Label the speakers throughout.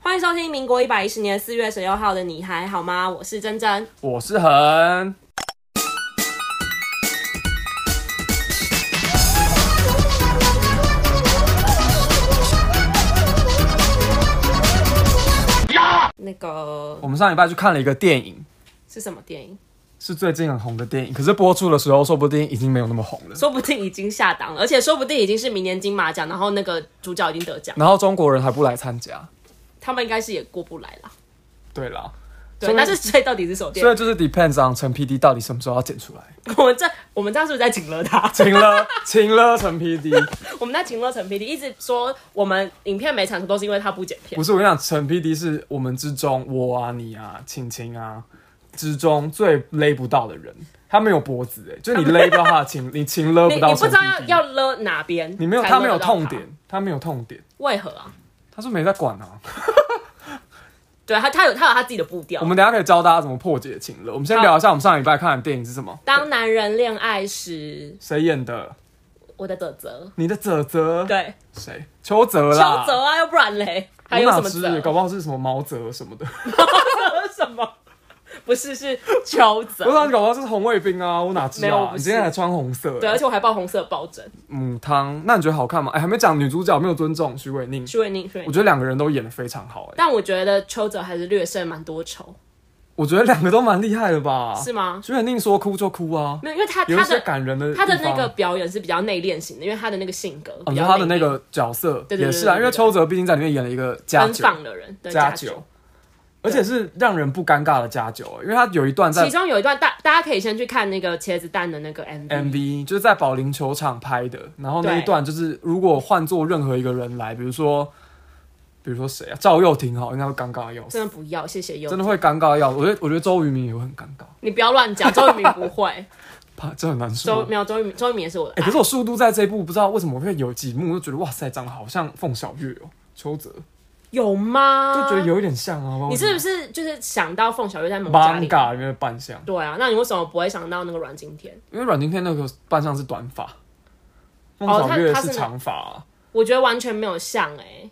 Speaker 1: 欢迎收听民国一百一十年四月十六号的你还好吗？我是珍珍。
Speaker 2: 我是恒，
Speaker 1: 那个
Speaker 2: 我们上礼拜去看了一个电影，
Speaker 1: 是什么电影？
Speaker 2: 是最近很红的电影，可是播出的时候说不定已经没有那么红了。
Speaker 1: 说不定已经下档了，而且说不定已经是明年金马奖，然后那个主角已经得奖，
Speaker 2: 然后中国人还不来参加，
Speaker 1: 他们应该是也过不来啦。
Speaker 2: 对啦，
Speaker 1: 对，但是所以到底是什么电
Speaker 2: 所
Speaker 1: 影？
Speaker 2: 以就是 depends on 陈 PD 到底什么时候要剪出来。
Speaker 1: 我们这我们这样是不是在请了他？
Speaker 2: 请了，请了陈 PD，
Speaker 1: 我们在请了陈 PD，一直说我们影片没产出都是因为他不剪片
Speaker 2: 不。是我跟你讲，陈 PD 是我们之中我啊你啊晴晴啊之中最勒不到的人，他没有脖子哎、就是你勒不到他的情，你情勒
Speaker 1: 你
Speaker 2: 不到
Speaker 1: 你不
Speaker 2: 陈
Speaker 1: 知道要
Speaker 2: PD，
Speaker 1: 要勒哪边？
Speaker 2: 你没有
Speaker 1: 才
Speaker 2: 他没有
Speaker 1: 勒得到
Speaker 2: 痛点，他没有痛点，
Speaker 1: 为何啊？
Speaker 2: 他说没在管 啊。
Speaker 1: 对他，他有他有他自己的步调
Speaker 2: 我。们等一下可以教大家怎么破解情乐。我们先聊一下我们上礼拜看的电影是什么？
Speaker 1: 当男人恋爱时，
Speaker 2: 谁演的？
Speaker 1: 我的泽泽，
Speaker 2: 你的泽泽？，
Speaker 1: 对，
Speaker 2: 谁？邱泽
Speaker 1: 邱
Speaker 2: 啦。
Speaker 1: 泽啊，要不然嘞，还有
Speaker 2: 我
Speaker 1: 什
Speaker 2: 哪
Speaker 1: 么
Speaker 2: 知
Speaker 1: 泽？
Speaker 2: 搞不好是什么毛泽什么的。
Speaker 1: 什么？不是，是邱
Speaker 2: 我
Speaker 1: 泽。
Speaker 2: 哪知搞不好是红卫兵啊？我哪知
Speaker 1: 没有我
Speaker 2: 啊
Speaker 1: 不？是
Speaker 2: 你今天还穿红色。
Speaker 1: 对，而且我还报红色抱枕。
Speaker 2: 母汤，那你觉得好看吗？哎，还没讲女主角没有尊重徐伟宁，
Speaker 1: 徐伟宁，徐伟
Speaker 2: 我
Speaker 1: 宁，
Speaker 2: 觉得两个人都演的非常好。哎，
Speaker 1: 但我觉得邱泽还是略胜蛮多筹，
Speaker 2: 我觉得两个都蛮厉害的吧？
Speaker 1: 是吗？
Speaker 2: 徐伟宁说哭就哭啊，
Speaker 1: 没有，因为他
Speaker 2: 有一
Speaker 1: 他
Speaker 2: 些
Speaker 1: 的
Speaker 2: 感人的地
Speaker 1: 他
Speaker 2: 方。
Speaker 1: 的那个表演是比较内敛型的，因为他的那个性格
Speaker 2: 哦，
Speaker 1: 比
Speaker 2: 你
Speaker 1: 较
Speaker 2: 说他的那
Speaker 1: 内敛
Speaker 2: 个角色
Speaker 1: 对对对
Speaker 2: 也是啊，
Speaker 1: 对对
Speaker 2: 因为邱泽毕竟在里面演了一个家
Speaker 1: 奔
Speaker 2: 酒。
Speaker 1: 放的人，对
Speaker 2: 加
Speaker 1: 九
Speaker 2: 酒，。而且是让人不尴尬的加酒，欸因为他有一段在
Speaker 1: 其中有一段大大家可以先去看那个茄子蛋的那个 MV，
Speaker 2: MV，就是在保龄球场拍的，然后那一
Speaker 1: 对
Speaker 2: 段就是如果换做任何一个人来，比如说，比如说谁啊，赵又廷好，应该会尴尬得要死，
Speaker 1: 真的不要，谢谢优
Speaker 2: 真。的会尴尬得要死。我觉得我觉得周渝民也会很尴尬，
Speaker 1: 你不要乱 讲，周渝民不会，
Speaker 2: 怕这很难
Speaker 1: 周
Speaker 2: 说。
Speaker 1: 没有周渝民，周渝民也是我的啊
Speaker 2: 哎、
Speaker 1: 爱。
Speaker 2: 可是我速度在这一部不知道为什么会有几幕，我就觉得哇塞，长得好像凤小岳哦，邱泽
Speaker 1: 有吗？
Speaker 2: 就觉得有一点像啊。
Speaker 1: 嗯你是不是就是想到凤小岳在蒙
Speaker 2: 八
Speaker 1: 家
Speaker 2: 嘎
Speaker 1: 里？
Speaker 2: 嘎里面的扮相？
Speaker 1: 对啊，那你为什么不会想到那个阮经天？
Speaker 2: 因为阮经天那个扮相是短发，凤
Speaker 1: 哦
Speaker 2: 小
Speaker 1: 他
Speaker 2: 岳
Speaker 1: 他
Speaker 2: 是
Speaker 1: 是那
Speaker 2: 长发啊、
Speaker 1: 我觉得完全没有像哎、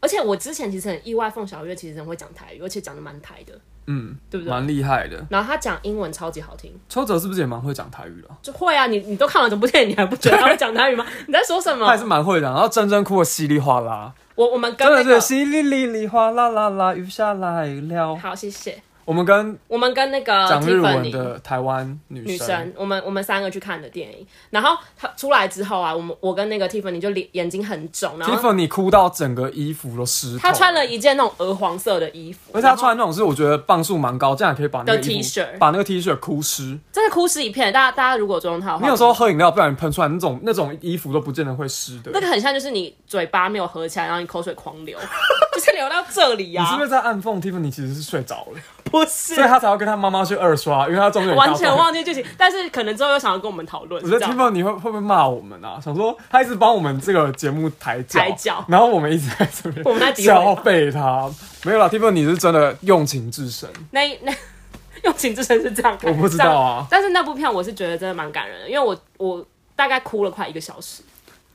Speaker 1: 而且我之前其实很意外，凤小岳其实很会讲台语，而且讲的蛮台的，
Speaker 2: 嗯，
Speaker 1: 对不对？
Speaker 2: 蛮厉害的。
Speaker 1: 然后他讲英文超级好听，
Speaker 2: 邱泽是不是也蛮会讲台语的啊、
Speaker 1: 就会啊！你你都看完整部电影，你还不觉得他会讲台语吗？你在说什
Speaker 2: 他也
Speaker 1: 么？
Speaker 2: 是蛮会的啊。然后真真哭的稀里哗啦，
Speaker 1: 我我们跟
Speaker 2: 真
Speaker 1: 那
Speaker 2: 的是
Speaker 1: 个
Speaker 2: 稀里哩哩哗啦啦啦，雨下来了。
Speaker 1: 好，谢谢。
Speaker 2: 我们跟
Speaker 1: 我们跟那个
Speaker 2: 讲日文
Speaker 1: Tiffany
Speaker 2: 的台湾女
Speaker 1: 女
Speaker 2: 生，
Speaker 1: 生，我们我们三个去看的电影，然后她出来之后啊，我们我跟那个 Tiffany 就脸眼睛很肿，然后
Speaker 2: Tiffany 哭到整个衣服都湿透。
Speaker 1: 她穿了，一件那种鹅黄色的衣服，
Speaker 2: 而且她
Speaker 1: 然后
Speaker 2: 穿那种是我觉得磅数蛮高，这样也可以把那个
Speaker 1: 的
Speaker 2: 衣服
Speaker 1: T-shirt
Speaker 2: 把那个 T 恤哭湿。
Speaker 1: 真的哭湿一片。大家大家如果有追踪她的话，
Speaker 2: 你有时候喝饮料不小心喷出来，那种那种衣服都不见得会湿的。
Speaker 1: 那个很像就是你嘴巴没有合起来，然后你口水狂流， 就是流到这里
Speaker 2: 你是
Speaker 1: 啊
Speaker 2: 不，是在暗讽 Tiffany 其实是睡着了，
Speaker 1: 不是
Speaker 2: 所以她才要跟她妈妈去二刷，因为她中间有一大
Speaker 1: 完全
Speaker 2: 段
Speaker 1: 忘记剧情，但是可能之后又想要跟我们讨论，
Speaker 2: 我觉
Speaker 1: 是这
Speaker 2: 得 t i
Speaker 1: 样
Speaker 2: f 你会会不会骂我们啊？想说他一直帮我们这个节目抬轿，
Speaker 1: 抬轿
Speaker 2: 然后我们一直在这边，
Speaker 1: 我们在诋毁他
Speaker 2: 消费他。没有啦 t i f 你是真的用情至深，
Speaker 1: 那那 用情之深是这样看，
Speaker 2: 我不知道啊
Speaker 1: 但但是那部片我是觉得真的蛮感人的，因为我我大概哭了快一个小时，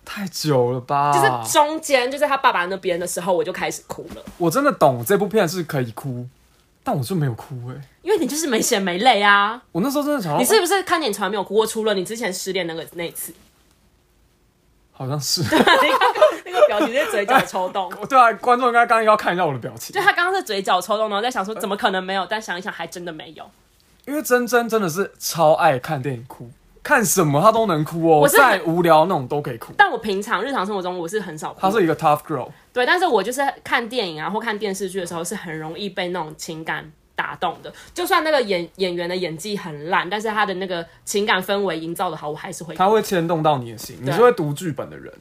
Speaker 2: 太久了吧？
Speaker 1: 就是中间就是他爸爸那边的时候我就开始哭了，
Speaker 2: 我真的懂这部片是可以哭，但我就没有哭哎、
Speaker 1: 因为你就是没血没泪啊，
Speaker 2: 我那时候真的想到，哎
Speaker 1: 你是不是看你从来没有哭过？除了你之前失恋那个那一次，
Speaker 2: 好像是，
Speaker 1: 那个表情就是嘴角抽动。
Speaker 2: 我对啊，观众应该刚刚要看一下我的表 情
Speaker 1: 就，他刚刚是嘴角抽动，然后在想说怎么可能没有，但想一想还真的没有。
Speaker 2: 因为真真真的是超爱看电影哭，看什么她都能哭哦，
Speaker 1: 我是
Speaker 2: 再无聊那种都可以哭。
Speaker 1: 但我平常日常生活中我是很少哭
Speaker 2: 她，是一个 tough girl，
Speaker 1: 对，但是我就是看电影啊或看电视剧的时候是很容易被那种情感打动的。就算那个演演员的演技很烂，但是他的那个情感氛围营造的好，我还是会
Speaker 2: 她会牵动到你的心，你
Speaker 1: 对
Speaker 2: 是会读剧本的人。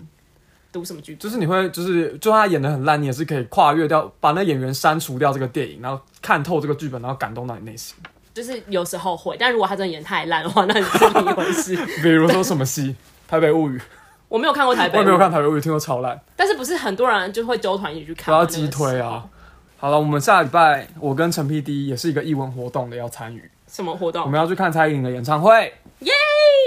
Speaker 1: 读什么剧本。
Speaker 2: 就是你会，就是就算他演的很烂，你也是可以跨越掉，把那演员删除掉这个电影，然后看透这个剧本，然后感动到你 内心。
Speaker 1: 就是有时候会，但如果他真的演太烂的话，那是另一回事。
Speaker 2: 比如说什么戏，《台北物语》，
Speaker 1: 我没有看过台
Speaker 2: 我
Speaker 1: 北，
Speaker 2: 也没有看《台北物语》，听说超 烂，
Speaker 1: 但是不是很多人就会纠团一起去
Speaker 2: 不
Speaker 1: 看吗？
Speaker 2: 要击推
Speaker 1: 那个时候
Speaker 2: 啊！！好了，我们下礼拜我跟陈 PD 也是一个艺文活动的要参与，
Speaker 1: 什么活
Speaker 2: 我
Speaker 1: 动？
Speaker 2: 们要去看蔡依林的演唱会。
Speaker 1: 耶！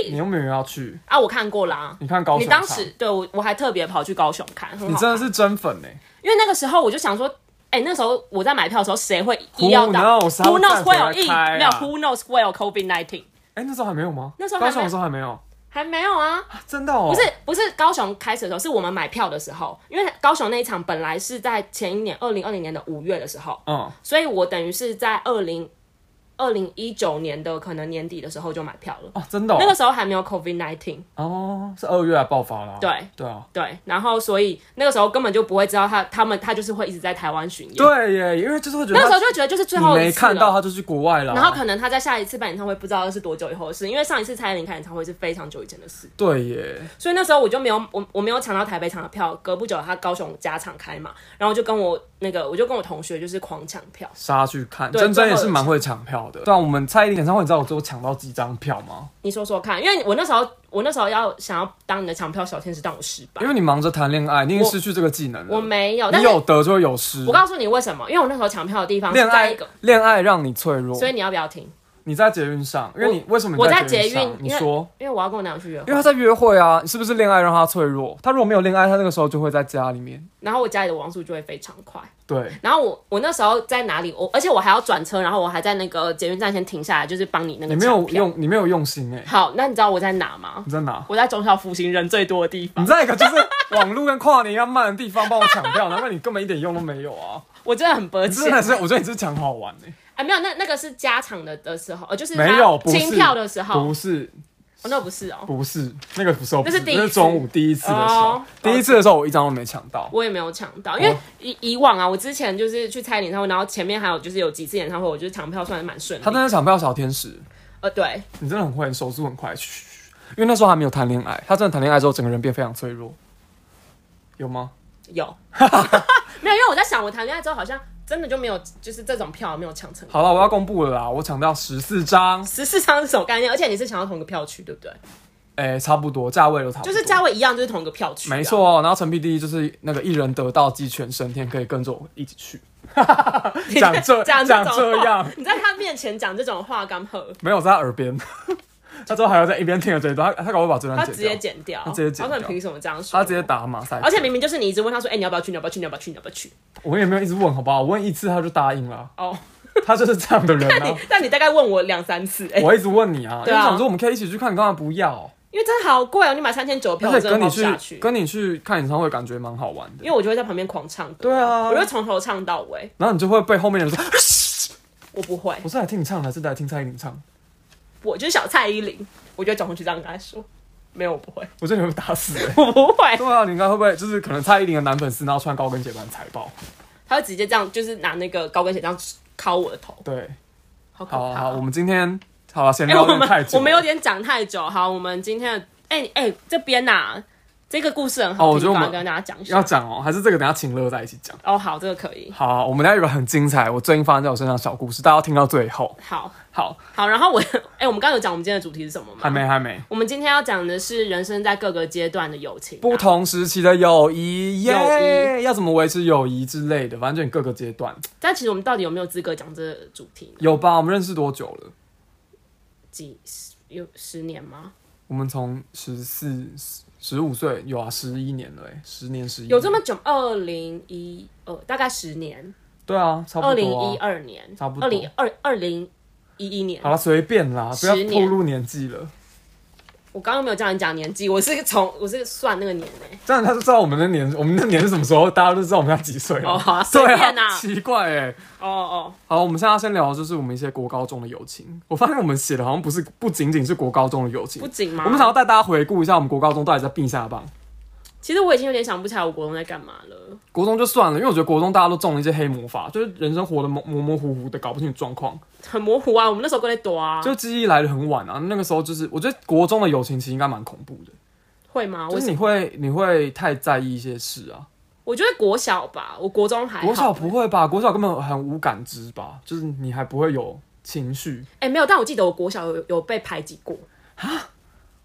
Speaker 2: 你有没有要去？
Speaker 1: 啊，我看过啦。
Speaker 2: 你看高雄
Speaker 1: 你
Speaker 2: 场，
Speaker 1: 当时对我我还特别跑去高雄看，很
Speaker 2: 你
Speaker 1: 好
Speaker 2: 真
Speaker 1: 看
Speaker 2: 的是真粉呢、欸
Speaker 1: 因为那个时候我就想说，哎、那时候我在买票的时候，谁会医药到
Speaker 2: Who knows？他
Speaker 1: Who
Speaker 2: 会
Speaker 1: knows
Speaker 2: 站
Speaker 1: 会
Speaker 2: 回
Speaker 1: 有
Speaker 2: 来
Speaker 1: 疫
Speaker 2: 开啊
Speaker 1: 没有？Who knows 会有 COVID nineteen？
Speaker 2: 哎、那时候还没有吗？
Speaker 1: 那时候还没
Speaker 2: 高雄的时候还没有，
Speaker 1: 还没有啊，
Speaker 2: 真的哦。
Speaker 1: 不是不是高雄开始的时候，是我们买票的时候，因为高雄那一场本来是在前一年二零二零年的五月的时候，
Speaker 2: 嗯，
Speaker 1: 所以我等于是在二零二零一九年的可能年底的时候就买票了。
Speaker 2: 哦，真的哦。
Speaker 1: 那个时候还没有 COVID nineteen，
Speaker 2: 哦，是二月啊爆发了、
Speaker 1: 对
Speaker 2: 对啊，
Speaker 1: 对，然后所以那个时候根本就不会知道他他们他就是会一直在台湾巡演，
Speaker 2: 对耶，因为就是会觉得
Speaker 1: 那个时候
Speaker 2: 他
Speaker 1: 就会觉得就是最
Speaker 2: 你
Speaker 1: 后一
Speaker 2: 没
Speaker 1: 次了
Speaker 2: 看到他就去国外了啊，
Speaker 1: 哦然后可能他在下一次办演唱会不知道是多久以后的事，因为上一次蔡依林开演唱会是非常久以前的事，
Speaker 2: 对耶，
Speaker 1: 所以那时候我就没有我我没有抢到台北场的票，隔不久他高雄加场开嘛，然后我就跟我那个我就跟我同学就是狂抢票，
Speaker 2: 杀去看，
Speaker 1: 对
Speaker 2: 珍珍也
Speaker 1: 最
Speaker 2: 是
Speaker 1: 后
Speaker 2: 蛮会抢票的。对啊，我们蔡依林演唱会，你知道我最后抢到几张票吗？
Speaker 1: 你说说看，因为我那时候我那时候要想要当你的抢票小天使，但我失败
Speaker 2: 因，为你忙着谈恋爱，你已经
Speaker 1: 我
Speaker 2: 失去这个技能了。
Speaker 1: 我没有，但
Speaker 2: 你
Speaker 1: 是
Speaker 2: 有得就会有失
Speaker 1: 我。告诉你为什么，因为我那时候抢票的地方
Speaker 2: 恋
Speaker 1: 是在
Speaker 2: 爱
Speaker 1: 一个，
Speaker 2: 恋爱让你脆弱
Speaker 1: 所。以你要不要听？
Speaker 2: 你在捷运上，因为你为什么你
Speaker 1: 我在
Speaker 2: 捷
Speaker 1: 捷运
Speaker 2: 上，你
Speaker 1: 因为
Speaker 2: 说，
Speaker 1: 因为我要跟我男友去约会
Speaker 2: 因为他在约会啊，是不是恋爱让他脆弱？他如果没有恋爱，他那个时候就会在家里面。
Speaker 1: 然后我家里的网速就会非常快。
Speaker 2: 对，
Speaker 1: 然后我我那时候在哪里？我而且我还要转车，然后我还在那个捷运站先停下来，就是帮你那个
Speaker 2: 你没有
Speaker 1: 抢票。
Speaker 2: 用，你没有用心哎、
Speaker 1: 好，那你知道我在哪吗？
Speaker 2: 你在哪？
Speaker 1: 我在中小复兴人最多的地方
Speaker 2: 你。在一个就是网络跟跨年一样慢的地方帮我抢票，难怪你根本一点用都没有啊！
Speaker 1: 我真的很抱
Speaker 2: 你真
Speaker 1: 歉。
Speaker 2: 的是，我觉得你是抢好玩哎、
Speaker 1: 啊，没有，那那个是加场的的时候，呃，就是
Speaker 2: 没有，不是
Speaker 1: 清票的时候，
Speaker 2: 不是，
Speaker 1: 哦那不是哦，
Speaker 2: 不是，那个不是，不
Speaker 1: 那是第一次
Speaker 2: 那是中午第一次的时候
Speaker 1: 哦，
Speaker 2: 第一次的时候我一张都没抢到。
Speaker 1: 我也没有抢到，因为
Speaker 2: 哦
Speaker 1: 以以往啊，我之前就是去蔡依林演唱会，然后前面还有就是有几次演唱会，我就是抢票算是蛮顺利
Speaker 2: 他
Speaker 1: 的。
Speaker 2: 真的抢票小天使，
Speaker 1: 呃，对，
Speaker 2: 你真的很会，手速很快，嘘因为那时候还没有谈恋爱，他真的谈恋爱之后，整个人变非常脆弱，有吗？
Speaker 1: 有，没有，因为我在想，我谈恋爱之后好像真的就没有，就是这种票没有抢成功。
Speaker 2: 好了，我要公布了啦，我抢到十四张，
Speaker 1: 十四张是什么概念？而且你是抢到同一个票区，对不对？
Speaker 2: 哎、差不多，价位都差不
Speaker 1: 就
Speaker 2: 多，
Speaker 1: 是价位一样，就是同一个票啊区、
Speaker 2: 没。错，哦然后陈 P D 就是那个一人得道鸡犬升天，可以跟着我一起去。讲 这
Speaker 1: 讲
Speaker 2: 讲
Speaker 1: 种
Speaker 2: 这
Speaker 1: 话
Speaker 2: 样，
Speaker 1: 你在他面前讲这种话干呵，
Speaker 2: 没有在他耳边， 他之后还要在一边听着这一段，他他搞不好把这
Speaker 1: 他
Speaker 2: 段
Speaker 1: 直
Speaker 2: 剪
Speaker 1: 接
Speaker 2: 掉，
Speaker 1: 剪掉，
Speaker 2: 他直接剪掉
Speaker 1: 他可能凭什么这样说？
Speaker 2: 他直接。打马赛克。
Speaker 1: 而且明明就是你一直问他说：“哎、你要不要去？你要不要去？你要不要去？你要不要去
Speaker 2: 我也没有一直问，好不好？我问一次他就答应了？”，
Speaker 1: 哦，
Speaker 2: 他就是这样的人
Speaker 1: 但
Speaker 2: 啊
Speaker 1: 你。 但你大概问我两三次，哎、
Speaker 2: 我一直问你啊，因
Speaker 1: 对
Speaker 2: 为
Speaker 1: 啊
Speaker 2: 想说我们可以一起去看，你干嘛不要？
Speaker 1: 因为真的好贵哦，你买三千九的票，我
Speaker 2: 而且
Speaker 1: 真的
Speaker 2: 跟你
Speaker 1: 花不下
Speaker 2: 去
Speaker 1: 去。
Speaker 2: 跟你去看演唱会，感觉蛮好玩
Speaker 1: 因。
Speaker 2: 的
Speaker 1: 为我就会在旁边狂唱歌，
Speaker 2: 对啊
Speaker 1: 我就会从头唱到尾，
Speaker 2: 然后你就会被后面的人说，
Speaker 1: 我不会
Speaker 2: 我，是来听你唱的还是来听蔡依林唱？
Speaker 1: 我就是小蔡依林，我就会转过去这样跟他说，没有，我不会，
Speaker 2: 我真的会被打死、欸。
Speaker 1: 我不会，
Speaker 2: 对啊，你应该会不会就是可能蔡依林的男粉丝，然后穿高跟鞋把你踩爆？
Speaker 1: 他会直接这样，就是拿那个高跟鞋这样敲我的头，
Speaker 2: 对，
Speaker 1: 好可怕
Speaker 2: 好啊
Speaker 1: 啊。
Speaker 2: 好，我们今天好了，闲
Speaker 1: 哎、
Speaker 2: 聊
Speaker 1: 我
Speaker 2: 有点太
Speaker 1: 们
Speaker 2: 久了，
Speaker 1: 我们有点讲太久，好，我们今天的哎哎、这边呐、这个故事很
Speaker 2: 哦
Speaker 1: 好
Speaker 2: 我觉
Speaker 1: 听，
Speaker 2: 得我
Speaker 1: 赶
Speaker 2: 们
Speaker 1: 快跟大家讲一
Speaker 2: 要
Speaker 1: 下。
Speaker 2: 讲哦，还是这个等一下请乐在一起讲。
Speaker 1: 哦，好，这个可以，
Speaker 2: 好啊、我们等一下有个很精彩，我最近发生在我身上的小故事，大家要听到最后。
Speaker 1: 好
Speaker 2: 好，
Speaker 1: 好。然后我哎、我们刚刚有讲我们今天的主题是什么吗？
Speaker 2: 还没还没，
Speaker 1: 我们今天要讲的是人生在各个阶段的友情、啊
Speaker 2: 不。同时期的友谊，耶、
Speaker 1: 友
Speaker 2: 要怎么维持友谊之类的，反正就你各个阶段
Speaker 1: 但其实我们到底有没有资格讲这个主题呢？
Speaker 2: 有吧？我们认识多久了？
Speaker 1: 几十有十年吗？
Speaker 2: 我们从十四、十五岁有啊，十一年了、欸，十年十一
Speaker 1: 有这么久？二零一二，大概十年。
Speaker 2: 对啊，差
Speaker 1: 二
Speaker 2: 不
Speaker 1: 零
Speaker 2: 多、
Speaker 1: 一
Speaker 2: 啊。
Speaker 1: 二年，
Speaker 2: 差不多
Speaker 1: 二零二二零一一年
Speaker 2: 好。了，随便啦，不要
Speaker 1: 十
Speaker 2: 透
Speaker 1: 年
Speaker 2: 露年纪了，
Speaker 1: 我刚刚没有叫你讲年纪，我是从我是算那个年呢、
Speaker 2: 这样他就知道我们的年，我们的年是什么时候，大家都知道我们要几岁了。
Speaker 1: 哦好啊随
Speaker 2: 对
Speaker 1: 便
Speaker 2: 啊，
Speaker 1: 啊
Speaker 2: 奇怪哎、欸。
Speaker 1: 哦哦，
Speaker 2: 好，我们现在要先聊的就是我们一些国高中的友情。我发现我们写的好像不是不仅仅是国高中的友情
Speaker 1: 不，仅吗？
Speaker 2: 我们想要带大家回顾一下我们国高中到底在并下棒。
Speaker 1: 其实我已经有点想不起来我国中在干嘛了。
Speaker 2: 国中就算了，因为我觉得国中大家都中了一些黑魔法，就是人生活得模模模糊糊的，搞不清楚状况，
Speaker 1: 很模糊啊，我们那时候都在躲啊，
Speaker 2: 就记忆来的很晚啊。那个时候就是，我觉得国中的友情其实应该蛮恐怖的，
Speaker 1: 会吗？
Speaker 2: 就
Speaker 1: 我
Speaker 2: 是你会你会太在意一些事啊。
Speaker 1: 我觉得国小吧，我国中还好
Speaker 2: 国小不会吧？国小根本很无感知吧？就是你还不会有情绪，
Speaker 1: 哎、没有，但我记得我国小有有被排挤过，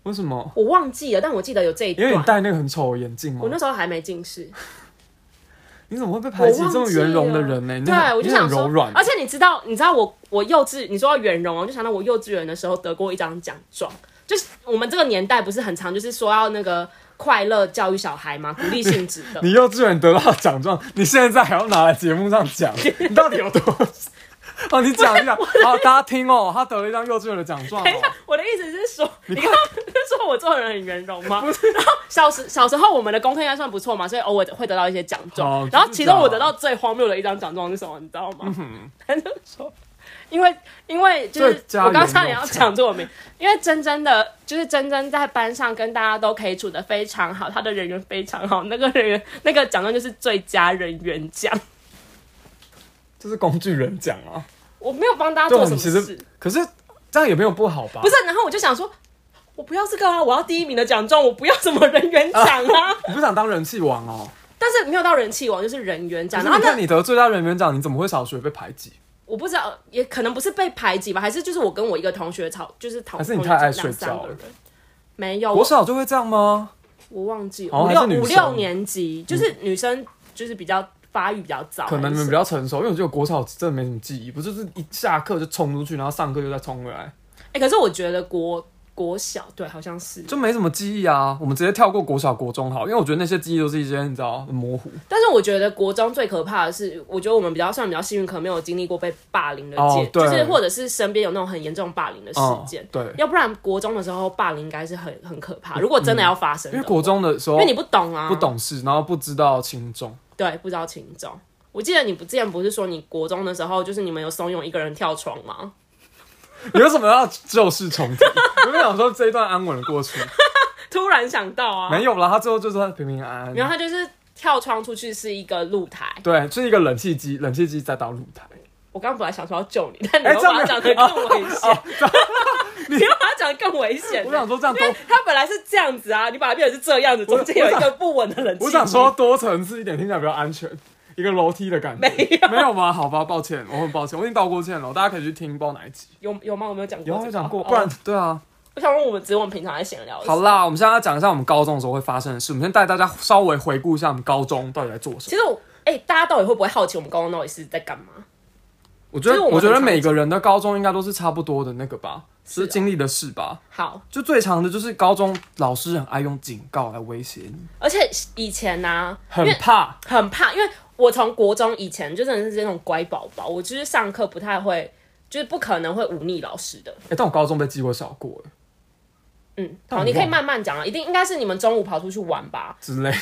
Speaker 2: 为什么？
Speaker 1: 我忘记了，但我记得有这一
Speaker 2: 因为你
Speaker 1: 段。
Speaker 2: 戴那个很丑的眼镜吗
Speaker 1: 我？那时候还没近视，
Speaker 2: 你怎么会被排挤
Speaker 1: 我忘
Speaker 2: 这
Speaker 1: 记
Speaker 2: 么圆融的人呢、
Speaker 1: 了
Speaker 2: 哎你
Speaker 1: 对，
Speaker 2: 很
Speaker 1: 我就想
Speaker 2: 你很
Speaker 1: 说
Speaker 2: 柔软，
Speaker 1: 而且你知道，你知道我我幼稚，你说到圆融，我就想到我幼稚园的时候得过一张奖状，就是我们这个年代不是很常就是说要那个快乐教育小孩嘛，鼓励性质的。
Speaker 2: 你幼稚园得到奖状，你现在还要拿来节目上 讲，你到底有多？哦，你讲一讲，好，大家听哦，他得了一张幼稚园的奖状、哦
Speaker 1: 等一。下，我的意思是 说，你刚刚不是说我做人很圆融吗？然后小时小时候我们的功课应该算不错嘛，所以偶尔会得到一些奖
Speaker 2: 哦
Speaker 1: 状
Speaker 2: 知。道
Speaker 1: 然后其中我得到最荒谬的一张奖状是什么，你知道吗？ 他就说，因为因为就是
Speaker 2: 最佳
Speaker 1: 我刚
Speaker 2: 嗯圆
Speaker 1: 差点
Speaker 2: 融
Speaker 1: 要
Speaker 2: 奖
Speaker 1: 讲这个名，因为珍珍的，就是珍珍在班上跟大家都可以处得非常好，她的人缘非常好，那个人缘那个奖状就是最佳人缘奖。
Speaker 2: 这是工具人奖啊。
Speaker 1: 我没有帮大家
Speaker 2: 对，啊
Speaker 1: 做
Speaker 2: 我
Speaker 1: 什
Speaker 2: 们
Speaker 1: 么
Speaker 2: 其实
Speaker 1: 事。
Speaker 2: 可是这样也没有不好吧？
Speaker 1: 不是，，然后我就想说，我不要这个啊，我要第一名的奖状，我不要什么人缘奖啊。
Speaker 2: 你不想当人气王哦？
Speaker 1: 但是没有到人气王，就是人缘奖。
Speaker 2: 可
Speaker 1: 然
Speaker 2: 是
Speaker 1: 后
Speaker 2: 你看
Speaker 1: 那
Speaker 2: 你得最佳人员奖，你怎么会小学被排挤？
Speaker 1: 我不知道，也可能不是被排挤吧，还是就是我跟我一个同学吵，就是讨，
Speaker 2: 还是你
Speaker 1: 同
Speaker 2: 太爱
Speaker 1: 两
Speaker 2: 睡
Speaker 1: 三个
Speaker 2: 觉了
Speaker 1: 人没有，哦
Speaker 2: 国
Speaker 1: 我
Speaker 2: 小就会这样吗？
Speaker 1: 我忘记
Speaker 2: 好
Speaker 1: 五
Speaker 2: 哦像还
Speaker 1: 六
Speaker 2: 是女
Speaker 1: 五
Speaker 2: 生嗯
Speaker 1: 六年级，就是女生就是比较发育比较早，
Speaker 2: 可能你们比
Speaker 1: 较。
Speaker 2: 较成熟，因为我觉得国小真的没什么记忆，不就是一下课就冲出去，然后上课又再冲回来，
Speaker 1: 哎、可是我觉得国国小对，好像是，
Speaker 2: 就没什么记忆啊。我们直接跳过国小、国中好，因为我觉得那些记忆都是一些你知道很模糊。
Speaker 1: 但是我觉得国中最可怕的是，我觉得我们比较算比较幸运，可能没有经历过被霸凌的
Speaker 2: 哦
Speaker 1: 阶，
Speaker 2: 对
Speaker 1: 就是或者是身边有那种很严重霸凌的事
Speaker 2: 嗯
Speaker 1: 件。
Speaker 2: 对
Speaker 1: 要不然国中的时候霸凌应该是很很可怕，如果真的要发生的
Speaker 2: 嗯因
Speaker 1: 话、
Speaker 2: 为国中的时候，
Speaker 1: 因为你不懂啊，
Speaker 2: 不懂事，然后不知道轻重，
Speaker 1: 对，不知道轻重。我记得你不之前不是说你国中的时候，就是你们有怂恿一个人跳窗吗？
Speaker 2: 你为什么要旧事重提？ 我就想说这一段安稳的过去，
Speaker 1: 突然想到啊，
Speaker 2: 没有啦，他最后就是他平平安
Speaker 1: 没有，
Speaker 2: 安。
Speaker 1: 他就是跳窗出去是一个露台。
Speaker 2: 对，是一个冷气机，冷气机再到露台，
Speaker 1: 我刚刚本来想说要救你，但你
Speaker 2: 哎
Speaker 1: 又
Speaker 2: 这样
Speaker 1: 把它讲得
Speaker 2: 没有
Speaker 1: 更危 险，你又把它讲得更危险
Speaker 2: 哦我
Speaker 1: 了。
Speaker 2: 想说这样多，
Speaker 1: 它本来是这样子啊，你把它变成是这样子，中间有一个不稳的冷气。
Speaker 2: 我想说，多层次一点，听起来比较安全，一个楼梯的感觉。
Speaker 1: 没有
Speaker 2: 没有吗？好吧，抱歉，我很抱歉，我已经道过歉了，大家可以去听，不知道哪一集
Speaker 1: 有有吗？我没有讲过这
Speaker 2: 有
Speaker 1: 个，
Speaker 2: 啊有讲过，
Speaker 1: 哦
Speaker 2: 不然对啊。
Speaker 1: 我想问我们，只是我们平常在闲聊。
Speaker 2: 好，啦，我们现在要讲一下我们高中的时候会发生的事，我们先带大家稍微回顾一下我们高中到底在做什么。
Speaker 1: 其实我哎、大家到底会不会好奇我们高中到底是在干嘛？
Speaker 2: 我觉
Speaker 1: 就是
Speaker 2: 得，
Speaker 1: 我们
Speaker 2: 我觉得
Speaker 1: 很常
Speaker 2: 每个人的高中应该都是差不多的那个吧，
Speaker 1: 是啊
Speaker 2: 就是经历的事吧。
Speaker 1: 好，
Speaker 2: 就最长的就是高中老师很爱用警告来威胁你，
Speaker 1: 而且以前呢、
Speaker 2: 很怕。
Speaker 1: 很怕，因为我从国中以前就真的是这种乖宝宝，我就是上课不太会，就是不可能会忤逆老师的。
Speaker 2: 哎、但我高中被记过小过哎
Speaker 1: 嗯，
Speaker 2: 但
Speaker 1: 好，
Speaker 2: 我
Speaker 1: 你可以
Speaker 2: 忘了
Speaker 1: 慢慢讲啊，一定应该是你们中午跑出去玩吧，
Speaker 2: 之类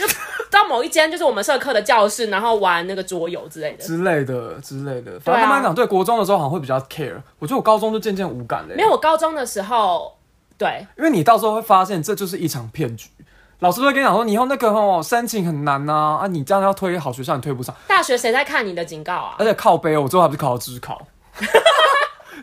Speaker 1: 到某一间就是我们社课的教室，然后玩那个桌游之类的。
Speaker 2: 之类的之类的。
Speaker 1: 对
Speaker 2: 反
Speaker 1: 啊
Speaker 2: 正慢慢讲，对国中的时候好像会比较 care，我觉得我高中就渐渐无感了、
Speaker 1: 没有，我高中的时候，对，
Speaker 2: 因为你到时候会发现这就是一场骗局。老师都会跟你讲说，你以后那个哦申请很难呐、啊，你这样要推好学校你推不上，
Speaker 1: 大学谁在看你的警告啊？
Speaker 2: 而且靠背哦我最后还不是考到职考，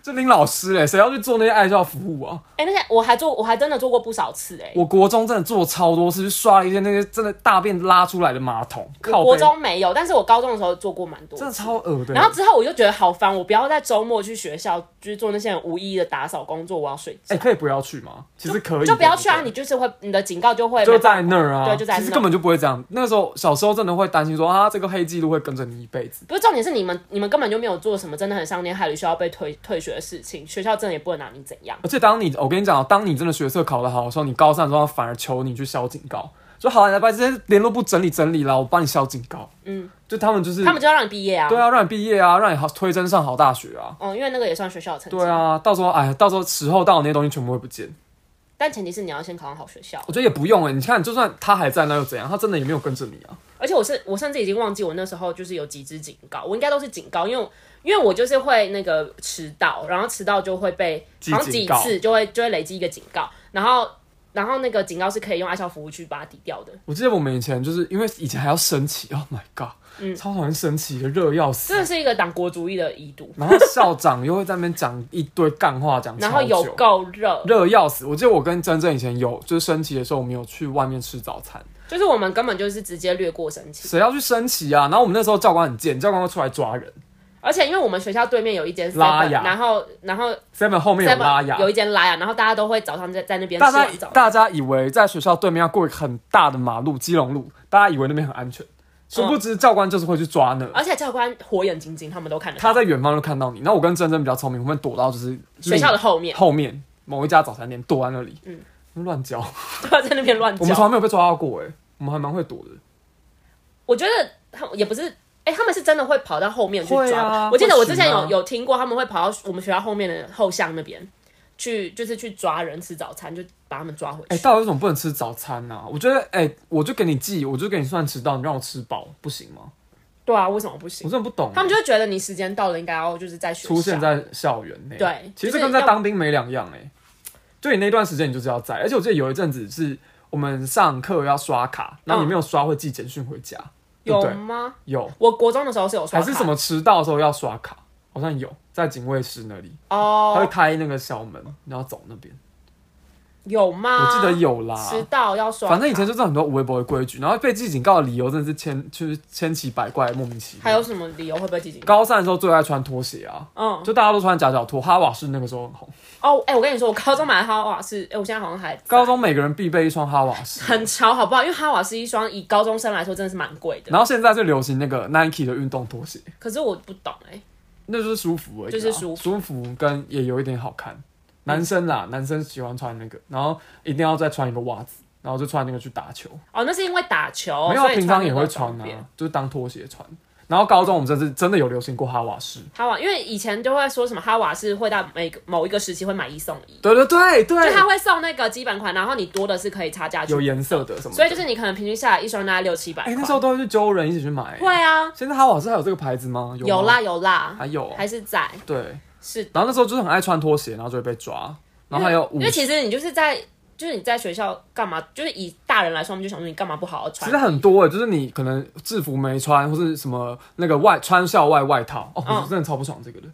Speaker 2: 这林老师哎、谁要去做那些爱校服务啊？
Speaker 1: 哎、那些我还做，我还真的做过不少次哎、
Speaker 2: 我国中真的做超多次，去刷了一些那些真的大便拉出来的马桶，
Speaker 1: 我
Speaker 2: 靠背
Speaker 1: 国中没有，但是我高中的时候做过蛮多次
Speaker 2: 真的超恶的。
Speaker 1: 然后之后我就觉得好烦，我不要在周末去学校，就是做那些很无意义的打扫工作，我要睡觉。
Speaker 2: 哎、可以不要去吗？其实可以的，
Speaker 1: 就不要去啊！
Speaker 2: 对
Speaker 1: 你
Speaker 2: 对
Speaker 1: 就是会，你的警告就会
Speaker 2: 就在那儿啊，
Speaker 1: 对就在那儿
Speaker 2: 其实根本就不会这样。那个时候小时候真的会担心说啊，这个黑记录会跟着你一辈子。
Speaker 1: 不是重点是你们，你们根本就没有做什么真的很伤天害理需要被退退学的事情，学校真的也不能拿你怎样。
Speaker 2: 而且当你，我跟你讲哦，当你真的学测考得好的时候，你高三的时候反而求你去消警告，说好了，啊来把这些联络簿整理整理啦，我帮你消警告。嗯，就他们就是
Speaker 1: 他们就要让你毕业啊，
Speaker 2: 对啊，让你毕业啊，让你好推甄上好大学啊。
Speaker 1: 嗯，因为那个也算学校的成绩，
Speaker 2: 对啊，到时候哎，到时候时候到，那些东西全部会不见。
Speaker 1: 但前提是你要先考上好学校
Speaker 2: 我。觉得也不用哎、你看，就算他还在那又怎样？他真的也没有跟着你啊。
Speaker 1: 而且我是我甚至已经忘记我那时候就是有几支警告，我应该都是警告，因为我因为我就是会那个迟到，然后迟到就会被
Speaker 2: 记
Speaker 1: 好像几
Speaker 2: 警告
Speaker 1: 次就会就会累积一个警告，然后然后那个警告是可以用爱校服务去把它抵掉的，
Speaker 2: 我记得我们以前就是因为以前还要升旗，Oh my god，、超
Speaker 1: 嗯
Speaker 2: 讨厌升旗，热要死。
Speaker 1: 这是一个党国主义的遗毒，
Speaker 2: 然后校长又会在那边讲一堆干话，讲
Speaker 1: 然后
Speaker 2: 超
Speaker 1: 有
Speaker 2: 久，
Speaker 1: 够热，
Speaker 2: 热要死。我记得我跟珍珍以前有就是升旗的时候，我们有去外面吃早餐，
Speaker 1: 就是我们根本就是直接略过升旗，
Speaker 2: 谁要去升旗啊？然后我们那时候教官很贱，教官会出来抓人。
Speaker 1: 而且因为我们学校对面有一间 s
Speaker 2: 拉
Speaker 1: e
Speaker 2: 雅
Speaker 1: 然后然后
Speaker 2: seven 后面
Speaker 1: seven
Speaker 2: 有拉雅，
Speaker 1: 有一间拉雅，然后大家都会早上在在那边
Speaker 2: 大
Speaker 1: 吃
Speaker 2: 家
Speaker 1: 晚早餐，
Speaker 2: 大家以为在学校对面要过一个很大的马路，基隆路，大家以为那边很安全，殊不知教官就是会去抓那。
Speaker 1: 而且教官火眼金睛，他们都看得到，
Speaker 2: 他在远方就看到你。那我跟珍珍比较聪明，我们躲到就是
Speaker 1: 学校的后面。
Speaker 2: 后面某一家早餐店躲在那里。嗯，乱教，
Speaker 1: 对啊，在那边乱
Speaker 2: 我们从
Speaker 1: 叫。
Speaker 2: 来没有被抓到过哎、我们还蛮会躲
Speaker 1: 嗯
Speaker 2: 的。
Speaker 1: 我觉得他也不是。哎、他们是真的会跑到后面去
Speaker 2: 会
Speaker 1: 抓吧、
Speaker 2: 啊
Speaker 1: 我记得我之前有、
Speaker 2: 会巡啊
Speaker 1: 有听过，他们会跑到我们学校后面的后巷那边去，就是去抓人吃早餐，就把他们抓回去。
Speaker 2: 哎、到底为什么不能吃早餐呢、我觉得哎、我就给你记，我就给你算迟到，你让我吃饱不行吗？
Speaker 1: 对啊，为什么不
Speaker 2: 我
Speaker 1: 行？
Speaker 2: 真的不懂、
Speaker 1: 他们就会觉得你时间到了，应该要就是在学校
Speaker 2: 出现在校园内。
Speaker 1: 对
Speaker 2: 其
Speaker 1: 就
Speaker 2: 实
Speaker 1: 是
Speaker 2: 跟在
Speaker 1: 要
Speaker 2: 当兵没两样哎、就你那段时间你就是要在，而且我记得有一阵子是我们上课要刷卡，然后你
Speaker 1: 嗯
Speaker 2: 没有刷会寄简讯回家，对不
Speaker 1: 有
Speaker 2: 对？
Speaker 1: 吗？
Speaker 2: 有，
Speaker 1: 我国中的时候是有刷
Speaker 2: 还
Speaker 1: 卡，
Speaker 2: 是什么迟到的时候要刷卡，好像有在警卫室那里，他会
Speaker 1: 哦？
Speaker 2: 开那个小门，然后走那边，
Speaker 1: 有吗？
Speaker 2: 我记得有啦。
Speaker 1: 啊迟到要刷卡，
Speaker 2: 反正以前就是很多微博的规矩，然后被记警告的理由真的是千就是千奇百怪，莫名其妙。
Speaker 1: 还有什么理由会不会记警告？
Speaker 2: 高三的时候最爱穿拖鞋啊，
Speaker 1: 嗯，
Speaker 2: 就大家都穿夹脚拖，哈瓦士那个时候很红，
Speaker 1: 哦，哎、我跟你说，我高中买的哈瓦是，哎、我现在好像还
Speaker 2: 高中每个人必备一双哈瓦士。
Speaker 1: 很潮，好不好？因为哈瓦是一双以高中生来说真的是蛮贵的，
Speaker 2: 然后现在最流行那个 Nike 的运动拖鞋，
Speaker 1: 可是我不懂哎、
Speaker 2: 那就是舒服而已啊，
Speaker 1: 就是舒服嗯
Speaker 2: 舒服跟也有一点好看。男生啦，男生喜欢穿那个，然后一定要再穿一个袜子，然后就穿那个去打球。
Speaker 1: 哦，那是因为打球，
Speaker 2: 没有啊，
Speaker 1: 哦所以
Speaker 2: 平常
Speaker 1: 那
Speaker 2: 也
Speaker 1: 个
Speaker 2: 会
Speaker 1: 不方
Speaker 2: 穿
Speaker 1: 便
Speaker 2: 啊，就是当拖鞋穿。然后高中我们这次真的有流行过哈瓦士，
Speaker 1: 哈瓦，因为以前就会说什么哈瓦是会到每个某一个时期会买一送一，
Speaker 2: 对对对对
Speaker 1: 就，他会送那个基本款，然后你多的是可以差价去
Speaker 2: 有，颜色的什么的。
Speaker 1: 所以就是你可能平均下来一双大概六七百
Speaker 2: 哎、
Speaker 1: 块。
Speaker 2: 那时候都会去揪人一起去买、
Speaker 1: 会啊，
Speaker 2: 现在哈瓦士还有这个牌子吗？有
Speaker 1: 有
Speaker 2: 吗，
Speaker 1: 啦有啦，
Speaker 2: 还有啊哦
Speaker 1: 还是在
Speaker 2: 对。
Speaker 1: 是的
Speaker 2: 然后那时候就是很爱穿拖鞋，然后就会被抓。然后还有五
Speaker 1: 因为其实你就是在就是你在学校干嘛？就是以大人来说，我们就想说你干嘛不好好穿
Speaker 2: 其实？很多欸诶，就是啊你可能制服没穿，或是什么那个外穿校外外套，哦，
Speaker 1: 嗯
Speaker 2: 我真的超不爽这个的。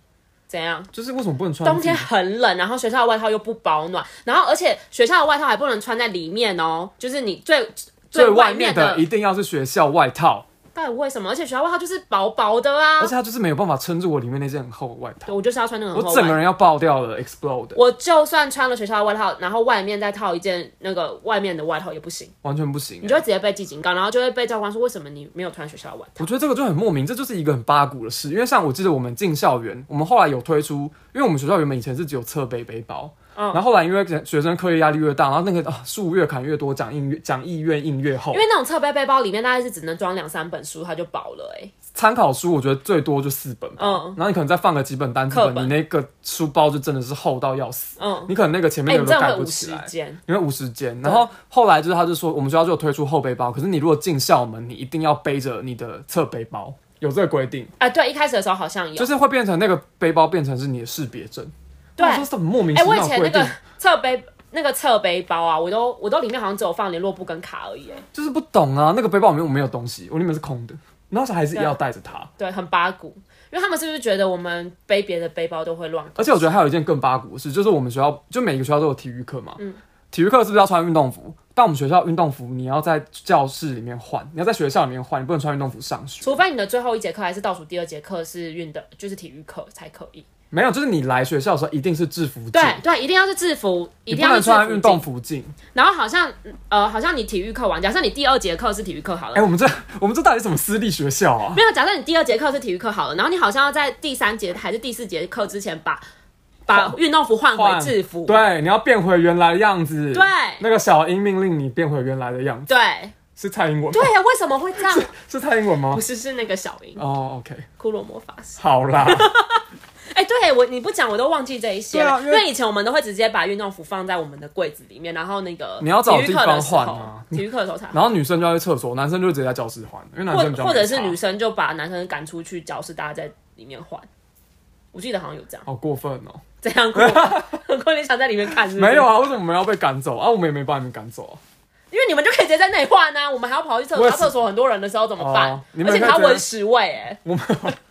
Speaker 1: 怎样？
Speaker 2: 就是为什么不能穿？
Speaker 1: 冬天很冷，然后学校的外套又不保暖，然后而且学校的外套还不能穿在里面哦，就是你最
Speaker 2: 最
Speaker 1: 外
Speaker 2: 外
Speaker 1: 面
Speaker 2: 面的一定要是学校外套，
Speaker 1: 到底为什么？而且学校外套就是薄薄的啊
Speaker 2: 而且，它就是没有办法撑住我里面那件很厚的外套，
Speaker 1: 对我就是要穿那种
Speaker 2: 我
Speaker 1: 厚
Speaker 2: 整个
Speaker 1: 外。
Speaker 2: 人要爆掉了，explode，
Speaker 1: 我就算穿了学校的外套，然后外面再套一件那个外面的外套也不行，
Speaker 2: 完全不行
Speaker 1: 你
Speaker 2: 欸。
Speaker 1: 就会直接被记警告，然后就会被教官说为什么你没有穿学校的外套。
Speaker 2: 我觉得这个就很莫名，这就是一个很八股的事。因为像我记得我们进校园，我们后来有推出，因为我们学校原本以前是只有侧背背包，
Speaker 1: 嗯
Speaker 2: 然后后来因为学生课业压力越大，然后那个啊树越砍越多，讲硬越讲义越硬越厚
Speaker 1: 因。为那种侧背背包里面大概是只能装两三本书，它就饱了哎、欸
Speaker 2: 参考书我觉得最多就四本吧，
Speaker 1: 嗯
Speaker 2: 然后你可能再放个几本单词
Speaker 1: 课
Speaker 2: 本，
Speaker 1: 本
Speaker 2: 你那个书包就真的是厚到要死，
Speaker 1: 嗯，
Speaker 2: 你可能那个前
Speaker 1: 哎、
Speaker 2: 面
Speaker 1: 你
Speaker 2: 的
Speaker 1: 真的
Speaker 2: 都盖
Speaker 1: 会
Speaker 2: 不
Speaker 1: 无
Speaker 2: 起
Speaker 1: 时
Speaker 2: 来。
Speaker 1: 间，
Speaker 2: 因为五十间，然后后来就是他就说，我们学校就有推出后背包，可是你如果进校门，你一定要背着你的侧背包，有这个规定，
Speaker 1: 啊、对，一开始的时候好像有，
Speaker 2: 就是会变成那个背包变成是你的识别证。
Speaker 1: 对
Speaker 2: 我说什么莫名
Speaker 1: 哎、
Speaker 2: 其
Speaker 1: 我以
Speaker 2: 妙的
Speaker 1: 前
Speaker 2: 规
Speaker 1: 那
Speaker 2: 定，
Speaker 1: 个侧背那个侧背包啊，我都我都里面好像只有放联络簿跟卡而已、欸，
Speaker 2: 就是不懂啊。那个背包里面我没有东西，我里面是空的，然后还是
Speaker 1: 对啊
Speaker 2: 要带着它。
Speaker 1: 对，很八股。因为他们是不是觉得我们背别的背包都会乱搞？
Speaker 2: 而且我觉得还有一件更八股的事，就是我们学校就每个学校都有体育课嘛，
Speaker 1: 嗯
Speaker 2: 体育课是不是要穿运动服？但我们学校运动服你要在教室里面换，你要在学校里面换，你不能穿运动服上学。
Speaker 1: 除非你的最后一节课还是倒数第二节课是运的，就是体育课才可以。
Speaker 2: 没有，就是你来学校的时候一定是制服进，
Speaker 1: 对对，一定要是制服，一
Speaker 2: 你
Speaker 1: 定
Speaker 2: 不
Speaker 1: 要
Speaker 2: 能
Speaker 1: 是制服
Speaker 2: 穿运动
Speaker 1: 进。
Speaker 2: 服进。
Speaker 1: 然后好像呃，好像你体育课完，假设你第二节课是体育课好了
Speaker 2: 哎、，我们这我们这到底什么私立学校啊？
Speaker 1: 没有，假设你第二节课是体育课好了，然后你好像要在第三节还是第四节课之前把把运动服换回制服，
Speaker 2: 对，你要变回原来的样子。
Speaker 1: 对
Speaker 2: 那个小英命令你变回原来的样子，
Speaker 1: 对
Speaker 2: 是蔡英文吗？
Speaker 1: 对呀，为什么会这样？
Speaker 2: 是蔡英文吗
Speaker 1: 不？是，是那个小樱
Speaker 2: 哦，OK、o k
Speaker 1: 骷髅魔法师。
Speaker 2: 好 啦，
Speaker 1: 哎、对我你不讲我都忘记这一些了、
Speaker 2: 对啊因
Speaker 1: 因
Speaker 2: 为
Speaker 1: 为以前我们都会直接把运动服放在我们的柜子里面，然后那个
Speaker 2: 你要找
Speaker 1: 体育课的时候
Speaker 2: 地方换啊
Speaker 1: 体育课的时候才换，
Speaker 2: 然后女生就要去厕所，男生就直接在教室换，因为男
Speaker 1: 或
Speaker 2: 生比较
Speaker 1: 或者
Speaker 2: 没
Speaker 1: 是
Speaker 2: 差
Speaker 1: 女生就把男生赶出去教室，大家在里面换。我记得好像有这样，
Speaker 2: 好过分哦、
Speaker 1: 这样过吗，过 你想在里面看是不是？
Speaker 2: 没有，啊，为什么我们要被赶走啊？我们也没把你们赶走、
Speaker 1: 因为你们就可以直接在那里换啊，我们还要跑去厕所，
Speaker 2: 我也
Speaker 1: 啊
Speaker 2: 是
Speaker 1: 厕所很多人的时候怎么办？
Speaker 2: 哦你
Speaker 1: 而
Speaker 2: 们
Speaker 1: 且
Speaker 2: 可以
Speaker 1: 他
Speaker 2: 直接
Speaker 1: 闻屎味哎、
Speaker 2: 我们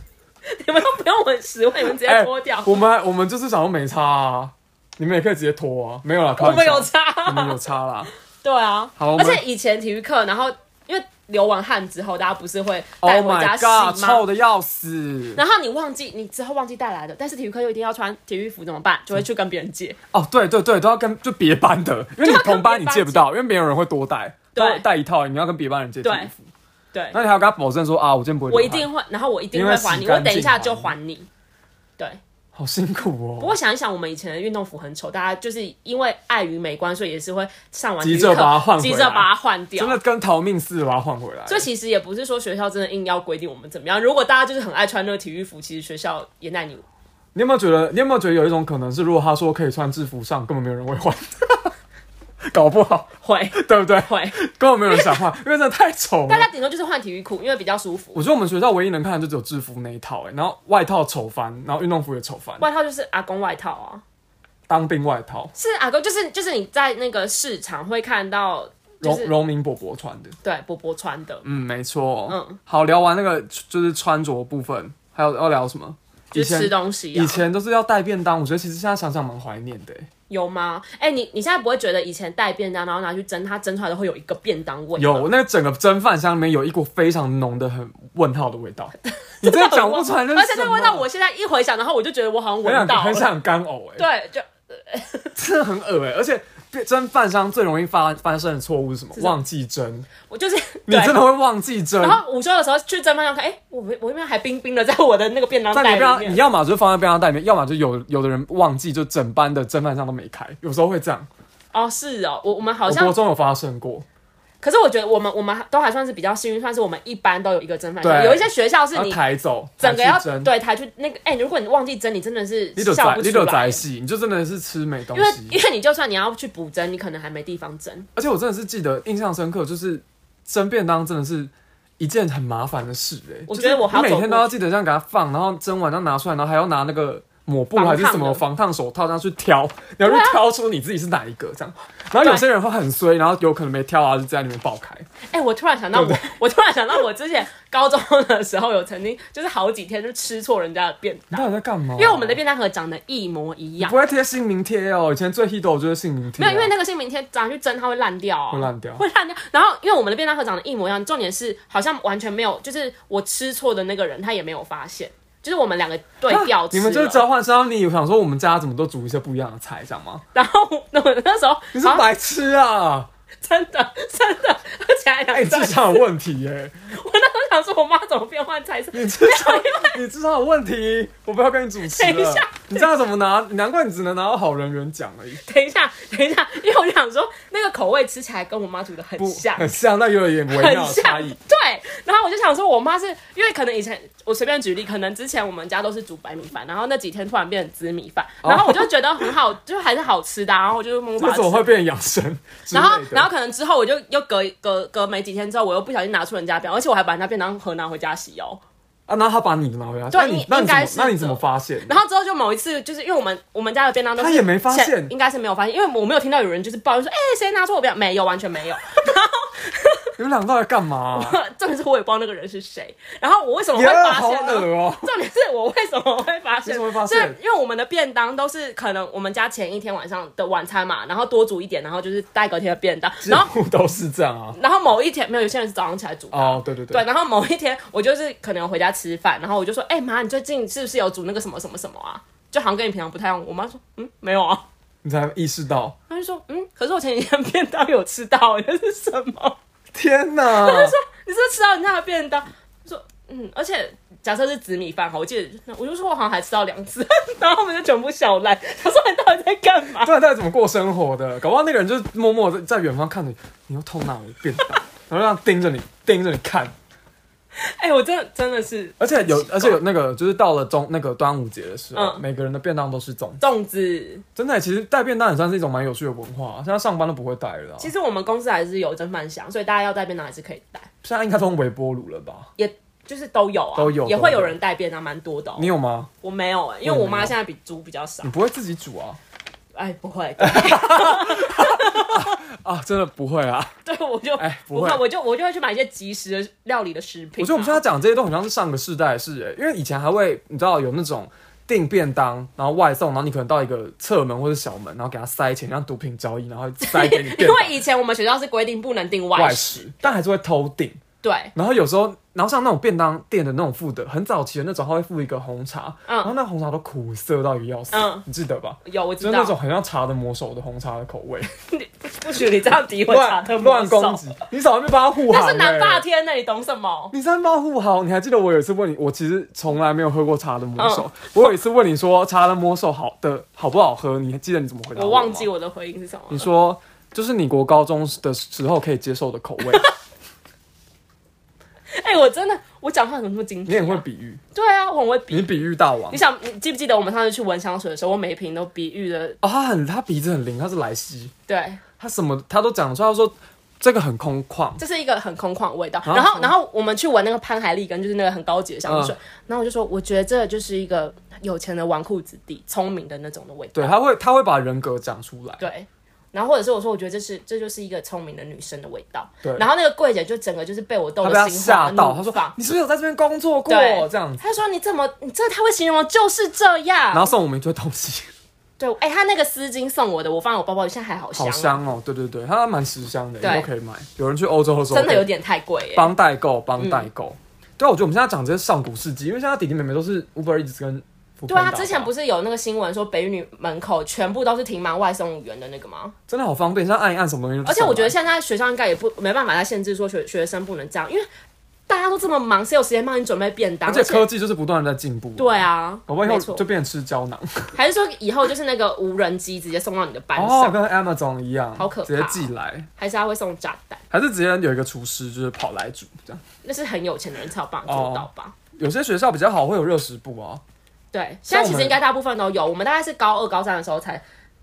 Speaker 1: 你们都不用闻屎味，你们直接
Speaker 2: 哎
Speaker 1: 脱掉。
Speaker 2: 我们我们就是想要没差啊，你们也可以直接脱啊，没有啦，开
Speaker 1: 我
Speaker 2: 玩
Speaker 1: 们
Speaker 2: 笑
Speaker 1: 有差、
Speaker 2: 我们有差啦。
Speaker 1: 对啊，
Speaker 2: 好我
Speaker 1: 而
Speaker 2: 们
Speaker 1: 且以前体育课，然后因为流完汗之后，大家不是会带
Speaker 2: Oh
Speaker 1: 回家
Speaker 2: my
Speaker 1: 洗吗
Speaker 2: god，臭的要死！
Speaker 1: 然后你忘记，你之后忘记带来的，但是体育课又一定要穿体育服，怎么办？就会去跟别人借。
Speaker 2: 哦，对对对，都要跟就别班的，因为你
Speaker 1: 要跟
Speaker 2: 同班
Speaker 1: 别
Speaker 2: 你
Speaker 1: 班
Speaker 2: 借 不到，因为没有人会多带，
Speaker 1: 对
Speaker 2: 都带一套，你要跟别班人借。
Speaker 1: 对，对，
Speaker 2: 那你还要跟他保证说啊，我今天不会，
Speaker 1: 我一定，会，然后我一定会还
Speaker 2: 因为洗干
Speaker 1: 你，
Speaker 2: 净
Speaker 1: 我等一下就还你。对，
Speaker 2: 好辛苦
Speaker 1: 不
Speaker 2: 哦。
Speaker 1: 过想一想，我们以前的运动服很丑，大家就是因为碍于美观，所以也是会上完
Speaker 2: 急
Speaker 1: 体育
Speaker 2: 着
Speaker 1: 课
Speaker 2: 把它换回
Speaker 1: 急
Speaker 2: 来
Speaker 1: 着把它换掉
Speaker 2: 真。的跟逃命似的把它换回来，
Speaker 1: 所以其实也不是说学校真的硬要规定我们怎么样。如果大家就是很爱穿那个体育服，其实学校也奈你无。
Speaker 2: 你有没有觉得？你有没有觉得有一种可能是，如果他说可以穿制服上，根本没有人会换， 搞不好
Speaker 1: 会
Speaker 2: 对不对？
Speaker 1: 会，
Speaker 2: 根本没有人想换，因为真的太丑
Speaker 1: 大
Speaker 2: 了。
Speaker 1: 家顶多就是换体育裤，因为比较舒服。
Speaker 2: 我觉得我们学校唯一能看的就只有制服那一套、欸，然后外套丑翻，然后运动服也丑翻，
Speaker 1: 外套就是阿公外套啊，
Speaker 2: 当兵外套，
Speaker 1: 是阿公，就是就是你在那个市场会看到，就
Speaker 2: 荣
Speaker 1: 是
Speaker 2: 荣民伯伯穿的。
Speaker 1: 对波波穿的，
Speaker 2: 嗯，没错。
Speaker 1: 嗯，
Speaker 2: 好，聊完那个就是穿着部分，还有要聊什么？
Speaker 1: 就
Speaker 2: 以
Speaker 1: 是吃
Speaker 2: 前
Speaker 1: 东西、啊。
Speaker 2: 以前都是要带便当，我觉得其实现在想想蛮怀念的、欸。
Speaker 1: 有吗？哎、你你现在不会觉得以前带便当，然后拿去蒸，它蒸出来都会有一个便当味吗？
Speaker 2: 有那个整个蒸饭箱里面有一股非常浓的很问号的味 道，你真的讲不出来那
Speaker 1: 而
Speaker 2: 是
Speaker 1: 且
Speaker 2: 什
Speaker 1: 这
Speaker 2: 么
Speaker 1: 个味道，我现在一回想，然后我就觉得我好像
Speaker 2: 很
Speaker 1: 闻
Speaker 2: 想
Speaker 1: 到
Speaker 2: 很
Speaker 1: 了。
Speaker 2: 想干呕哎，
Speaker 1: 对，就
Speaker 2: 真的很恶哎、而且蒸饭箱最容易发发生的错误是什么？
Speaker 1: 什么
Speaker 2: 忘记蒸，
Speaker 1: 我就是
Speaker 2: 你
Speaker 1: 对。啊
Speaker 2: 真的会忘记蒸
Speaker 1: 然。后午休的时候去蒸饭上看，哎、我我我那边还冰冰的，在我的那个便当
Speaker 2: 但
Speaker 1: 袋
Speaker 2: 你不要，
Speaker 1: 里
Speaker 2: 你
Speaker 1: 面。
Speaker 2: 要么就放在便当袋里面，要么就有有的人忘记，就整班的蒸饭箱都没开，有时候会这样。
Speaker 1: 哦，是哦，我我们好
Speaker 2: 我
Speaker 1: 像
Speaker 2: 国中有发生过，
Speaker 1: 可是我觉得我们我们都还算是比较幸运，算是我们一般都有一个蒸饭箱。
Speaker 2: 对
Speaker 1: 有一些学校是
Speaker 2: 然后
Speaker 1: 你
Speaker 2: 抬走，
Speaker 1: 整个
Speaker 2: 抬
Speaker 1: 要
Speaker 2: 去蒸，
Speaker 1: 对抬去那个，哎、如果你忘记蒸，你真的是
Speaker 2: 你就
Speaker 1: 笑
Speaker 2: 宅
Speaker 1: 不，
Speaker 2: 你
Speaker 1: 出
Speaker 2: 就
Speaker 1: 来
Speaker 2: 宅。系，你就真的是吃没东
Speaker 1: 因为
Speaker 2: 西。
Speaker 1: 因为你就算你要去补蒸，你可能还没地方蒸。
Speaker 2: 而且我真的是记得印象深刻，就是蒸便当真的是一件很麻烦的事哎、
Speaker 1: 我觉得我还要
Speaker 2: 就是你每天
Speaker 1: 走
Speaker 2: 都
Speaker 1: 过
Speaker 2: 要记得这样给它放，然后蒸完要拿出来，然后还要拿那个抹布
Speaker 1: 防
Speaker 2: 还
Speaker 1: 烫的
Speaker 2: 是什么防烫手套这样去挑，然
Speaker 1: 啊
Speaker 2: 后就挑出你自己是哪一个这样。然后有些人会很衰，然后有可能没挑啊，就在里面爆开。
Speaker 1: 哎、我突然想到我，我突然想到我之前高中的时候有曾经就是好几天就吃错人家的便
Speaker 2: 你
Speaker 1: 当，
Speaker 2: 到底在干嘛？
Speaker 1: 因为我们的便当盒长得一模一样
Speaker 2: 哦不。会贴姓名贴哦，以前最 hit 的我就是姓名贴、
Speaker 1: 没
Speaker 2: 啊，
Speaker 1: 有，因为那个姓名贴拿去蒸，它会烂掉、啊，
Speaker 2: 会烂掉
Speaker 1: 会烂掉。然后，因为我们的便当盒长得一模一样，重点是好像完全没有，就是我吃错的那个人他也没有发现，就是我们两个对调
Speaker 2: 啊
Speaker 1: 吃了、
Speaker 2: 你们就是交换生，然后你想说我们家怎么都煮一些不一样的菜，这样吗？
Speaker 1: 然后那我那时候
Speaker 2: 你是
Speaker 1: 好像
Speaker 2: 白痴啊！
Speaker 1: 真的真的，而且还两
Speaker 2: 哎、你
Speaker 1: 顿
Speaker 2: 智商有问题欸耶、
Speaker 1: 我那时候想说，我妈怎么变换菜色？
Speaker 2: 你智商，你智商有问题，我不要跟你主持
Speaker 1: 等一
Speaker 2: 了
Speaker 1: 下。
Speaker 2: 你这样怎么拿？难怪你只能拿到好人缘奖而已，
Speaker 1: 等一下，等一下，因为我就想说，那个口味吃起来跟我妈煮的很
Speaker 2: 不
Speaker 1: 像，
Speaker 2: 很像，但又有点微
Speaker 1: 很
Speaker 2: 妙的差
Speaker 1: 像，
Speaker 2: 异。
Speaker 1: 对。然后我就想说，我妈是因为可能以前我随便举例，可能之前我们家都是煮白米饭，然后那几天突然变成紫米饭，然后我就觉得很好， 就还是好吃的啊、然后我就默默把
Speaker 2: 哦 为
Speaker 1: 它
Speaker 2: 什么
Speaker 1: 吃。
Speaker 2: 会变养生之类
Speaker 1: 然
Speaker 2: 的？
Speaker 1: 后，然后可能之后我就又隔隔隔没几天之后，我又不小心拿出人家便当，而且我还把人家便当盒拿回家洗哦。
Speaker 2: 啊，那他把你的拿回来，
Speaker 1: 对
Speaker 2: 那你
Speaker 1: 应
Speaker 2: 那你
Speaker 1: 应
Speaker 2: 怎
Speaker 1: 该
Speaker 2: 么
Speaker 1: 是
Speaker 2: 那你怎么发现？
Speaker 1: 然后之后就某一次，就是因为我们我们家的便当都是
Speaker 2: 他也没发现
Speaker 1: 前应该是没有发现，因为我没有听到有人就是抱怨说，哎、谁拿错我便当？没有，完全没有。
Speaker 2: 你们两个到底干嘛？
Speaker 1: 重点是 我也不知道那个人是谁。然后我为什么会
Speaker 2: 耶
Speaker 1: 发
Speaker 2: 好
Speaker 1: 现呢？啊
Speaker 2: 恶哦、
Speaker 1: 重点是我为什么会发
Speaker 2: 为
Speaker 1: 现？
Speaker 2: 什么会发
Speaker 1: 就是
Speaker 2: 现
Speaker 1: 因为我们的便当都是可能我们家前一天晚上的晚餐嘛，然后多煮一点，然后就是带隔天的便当。
Speaker 2: 几
Speaker 1: 然后，
Speaker 2: 乎都是这样啊。
Speaker 1: 然后某一天没有，有些人是早上起来煮的。
Speaker 2: 哦，对对对
Speaker 1: 对，，然后某一天我就是可能回家吃饭，然后我就说：“哎、妈，你最近是不是有煮那个什么什么什么啊？就好像跟你平常不太一样。”我妈说：“嗯，没有啊。”
Speaker 2: 你才意识到，
Speaker 1: 她就说：“嗯，可是我前几天便当有吃到， 这是什么？
Speaker 2: 天 哪！
Speaker 1: 你是不是吃到人家的便当？”我说：“嗯，而且假设是紫米饭哈，我记得那我就说我好哦像还吃到两次，然后我们就全部笑烂， 他说你到底在干嘛？”
Speaker 2: 到底到底怎么过生活的？搞不好那个人就是默默地在远方看着你，你又偷拿我的便当，然后这样盯着你，盯着你看。
Speaker 1: 哎、我真的真的是
Speaker 2: 而且有
Speaker 1: 奇，怪
Speaker 2: 而且有那个，就是到了中那个端午节的时候，
Speaker 1: 嗯
Speaker 2: 每个人的便当都是粽子。
Speaker 1: 粽子。
Speaker 2: 真的，其实带便当也算是一种蛮有趣的文化、现在上班都不会带了啊、
Speaker 1: 其实我们公司还是有蒸饭箱，所以大家要带便当还是可以带，
Speaker 2: 现在应该都用微波炉了吧？
Speaker 1: 也就是都有啊，
Speaker 2: 都有
Speaker 1: 也会
Speaker 2: 都有
Speaker 1: 有人带便当，蛮多的哦、
Speaker 2: 你有吗？
Speaker 1: 我没有哎、因为
Speaker 2: 我也
Speaker 1: 我
Speaker 2: 没
Speaker 1: 妈
Speaker 2: 有嗯
Speaker 1: 现在比煮比较少
Speaker 2: 你。不会自己煮啊？
Speaker 1: 哎，不会，
Speaker 2: 啊，真的不会啊！
Speaker 1: 对，我就
Speaker 2: 哎不
Speaker 1: 不
Speaker 2: 会
Speaker 1: 我就我就会去买一些即食的料理的食品啊。
Speaker 2: 我觉得我们现在讲这些都很像是上个世代的事、欸，因为以前还会你知道有那种订便当，然后外送，然后你可能到一个侧门或者小门，然后给他塞钱，像毒品交易，然后塞给你便
Speaker 1: 因为
Speaker 2: 当
Speaker 1: 以前我们学校是规定不能订
Speaker 2: 外
Speaker 1: 外食，
Speaker 2: 食，但还是会偷订。
Speaker 1: 对，
Speaker 2: 然后有时候然后像那种便当店的那种附的，很早期的那种，它会附一个红茶，
Speaker 1: 嗯
Speaker 2: 然后那个红茶都苦涩到一个要死，
Speaker 1: 嗯
Speaker 2: 你记得吧？
Speaker 1: 有我
Speaker 2: 就
Speaker 1: 知
Speaker 2: 是那
Speaker 1: 道，
Speaker 2: 种很像茶的魔手的红茶的口味，
Speaker 1: 不许你这样诋毁查
Speaker 2: 乱
Speaker 1: 特
Speaker 2: 乱
Speaker 1: 魔兽
Speaker 2: 攻击，你早就被帮他护航、
Speaker 1: 那
Speaker 2: 欸，
Speaker 1: 是南霸天呢，你懂什么？
Speaker 2: 你三包护好，你还记得我有一次问你，我其实从来没有喝过茶的魔手。
Speaker 1: 嗯
Speaker 2: 我有一次问你说茶的魔手好的好不好喝，你还记得你怎么回答
Speaker 1: 我
Speaker 2: 吗
Speaker 1: 忘记。我的回应是什么了。
Speaker 2: 你说就是你国高中的时候可以接受的 口味，
Speaker 1: 哎、我真的，我讲话怎么那么精
Speaker 2: 你
Speaker 1: 辟、
Speaker 2: 也会
Speaker 1: 啊？
Speaker 2: 比喻，
Speaker 1: 对啊，我很会比。
Speaker 2: 你比喻大王
Speaker 1: 你。想，你记不记得我们上次去闻香水的时候，我每一瓶都比喻的，
Speaker 2: 哦，他很他鼻子很灵，他是莱西，
Speaker 1: 对，
Speaker 2: 他什么他都讲得出来，他说这个很空旷，
Speaker 1: 这是一个很空旷的味道。
Speaker 2: 啊
Speaker 1: 然后，
Speaker 2: 空
Speaker 1: 然后我们去闻那个潘海利根，就是那个很高级的香水。然后我就说，我觉得这就是一个有钱的纨绔子弟，聪明的那种的味道。
Speaker 2: 对，他会他会把人格讲出来。
Speaker 1: 对。然后或者是我说，我觉得这是这就是一个聪明的女生的味道。
Speaker 2: 对
Speaker 1: 然后那个柜姐就整个就是被我逗
Speaker 2: 他被
Speaker 1: 得
Speaker 2: 他
Speaker 1: 心花
Speaker 2: 吓
Speaker 1: 怒
Speaker 2: 到，他说
Speaker 1: 放。
Speaker 2: 你是不是有在这边工作过
Speaker 1: 对，
Speaker 2: 这样子，
Speaker 1: 他说你怎么你这他会形容就是这样。
Speaker 2: 然后送我们一堆东西，
Speaker 1: 对，哎、他那个丝巾送我的，我放我包包里，现在还好香、
Speaker 2: 好
Speaker 1: 啊，
Speaker 2: 香哦，对对对，它蛮实香的，
Speaker 1: 对
Speaker 2: 以后可以买。有人去欧洲的时候，
Speaker 1: 真的有点嗯太贵耶、
Speaker 2: 帮代购，帮代购。对啊，我觉得我们现在讲这些上古世纪，因为现在弟弟妹妹都是 Uber Eats 跟 Foodpanda
Speaker 1: 对啊，之前
Speaker 2: 吧
Speaker 1: 不是有那个新闻说北语女门口全部都是停满外送员的那个吗？
Speaker 2: 真的好方便，现在按一按什么东西就送来。
Speaker 1: 而且我觉得现在学校应该也不没办法再限制说学学生不能这样，因为大家都这么忙，谁有时间帮你准备便当？
Speaker 2: 而
Speaker 1: 而
Speaker 2: 且科技就是不断的在进步。
Speaker 1: 对，啊，
Speaker 2: 搞不好以
Speaker 1: 没
Speaker 2: 后
Speaker 1: 错
Speaker 2: 就变成吃胶囊
Speaker 1: 还是说以后就是那个无人机直接送到你的班
Speaker 2: 哦，
Speaker 1: 上，
Speaker 2: 跟 Amazon 一样，
Speaker 1: 好可怕
Speaker 2: 直接寄来，
Speaker 1: 还是他会送炸弹？
Speaker 2: 还是直接有一个厨师就是跑来煮这样。
Speaker 1: 那是很有钱的人才有办法做到吧？
Speaker 2: 有些学校比较好，会有热食部啊。
Speaker 1: 对，现
Speaker 2: 像
Speaker 1: 在
Speaker 2: 我们
Speaker 1: 其实应该大部分都有，我们大概是高二、高三的时候才，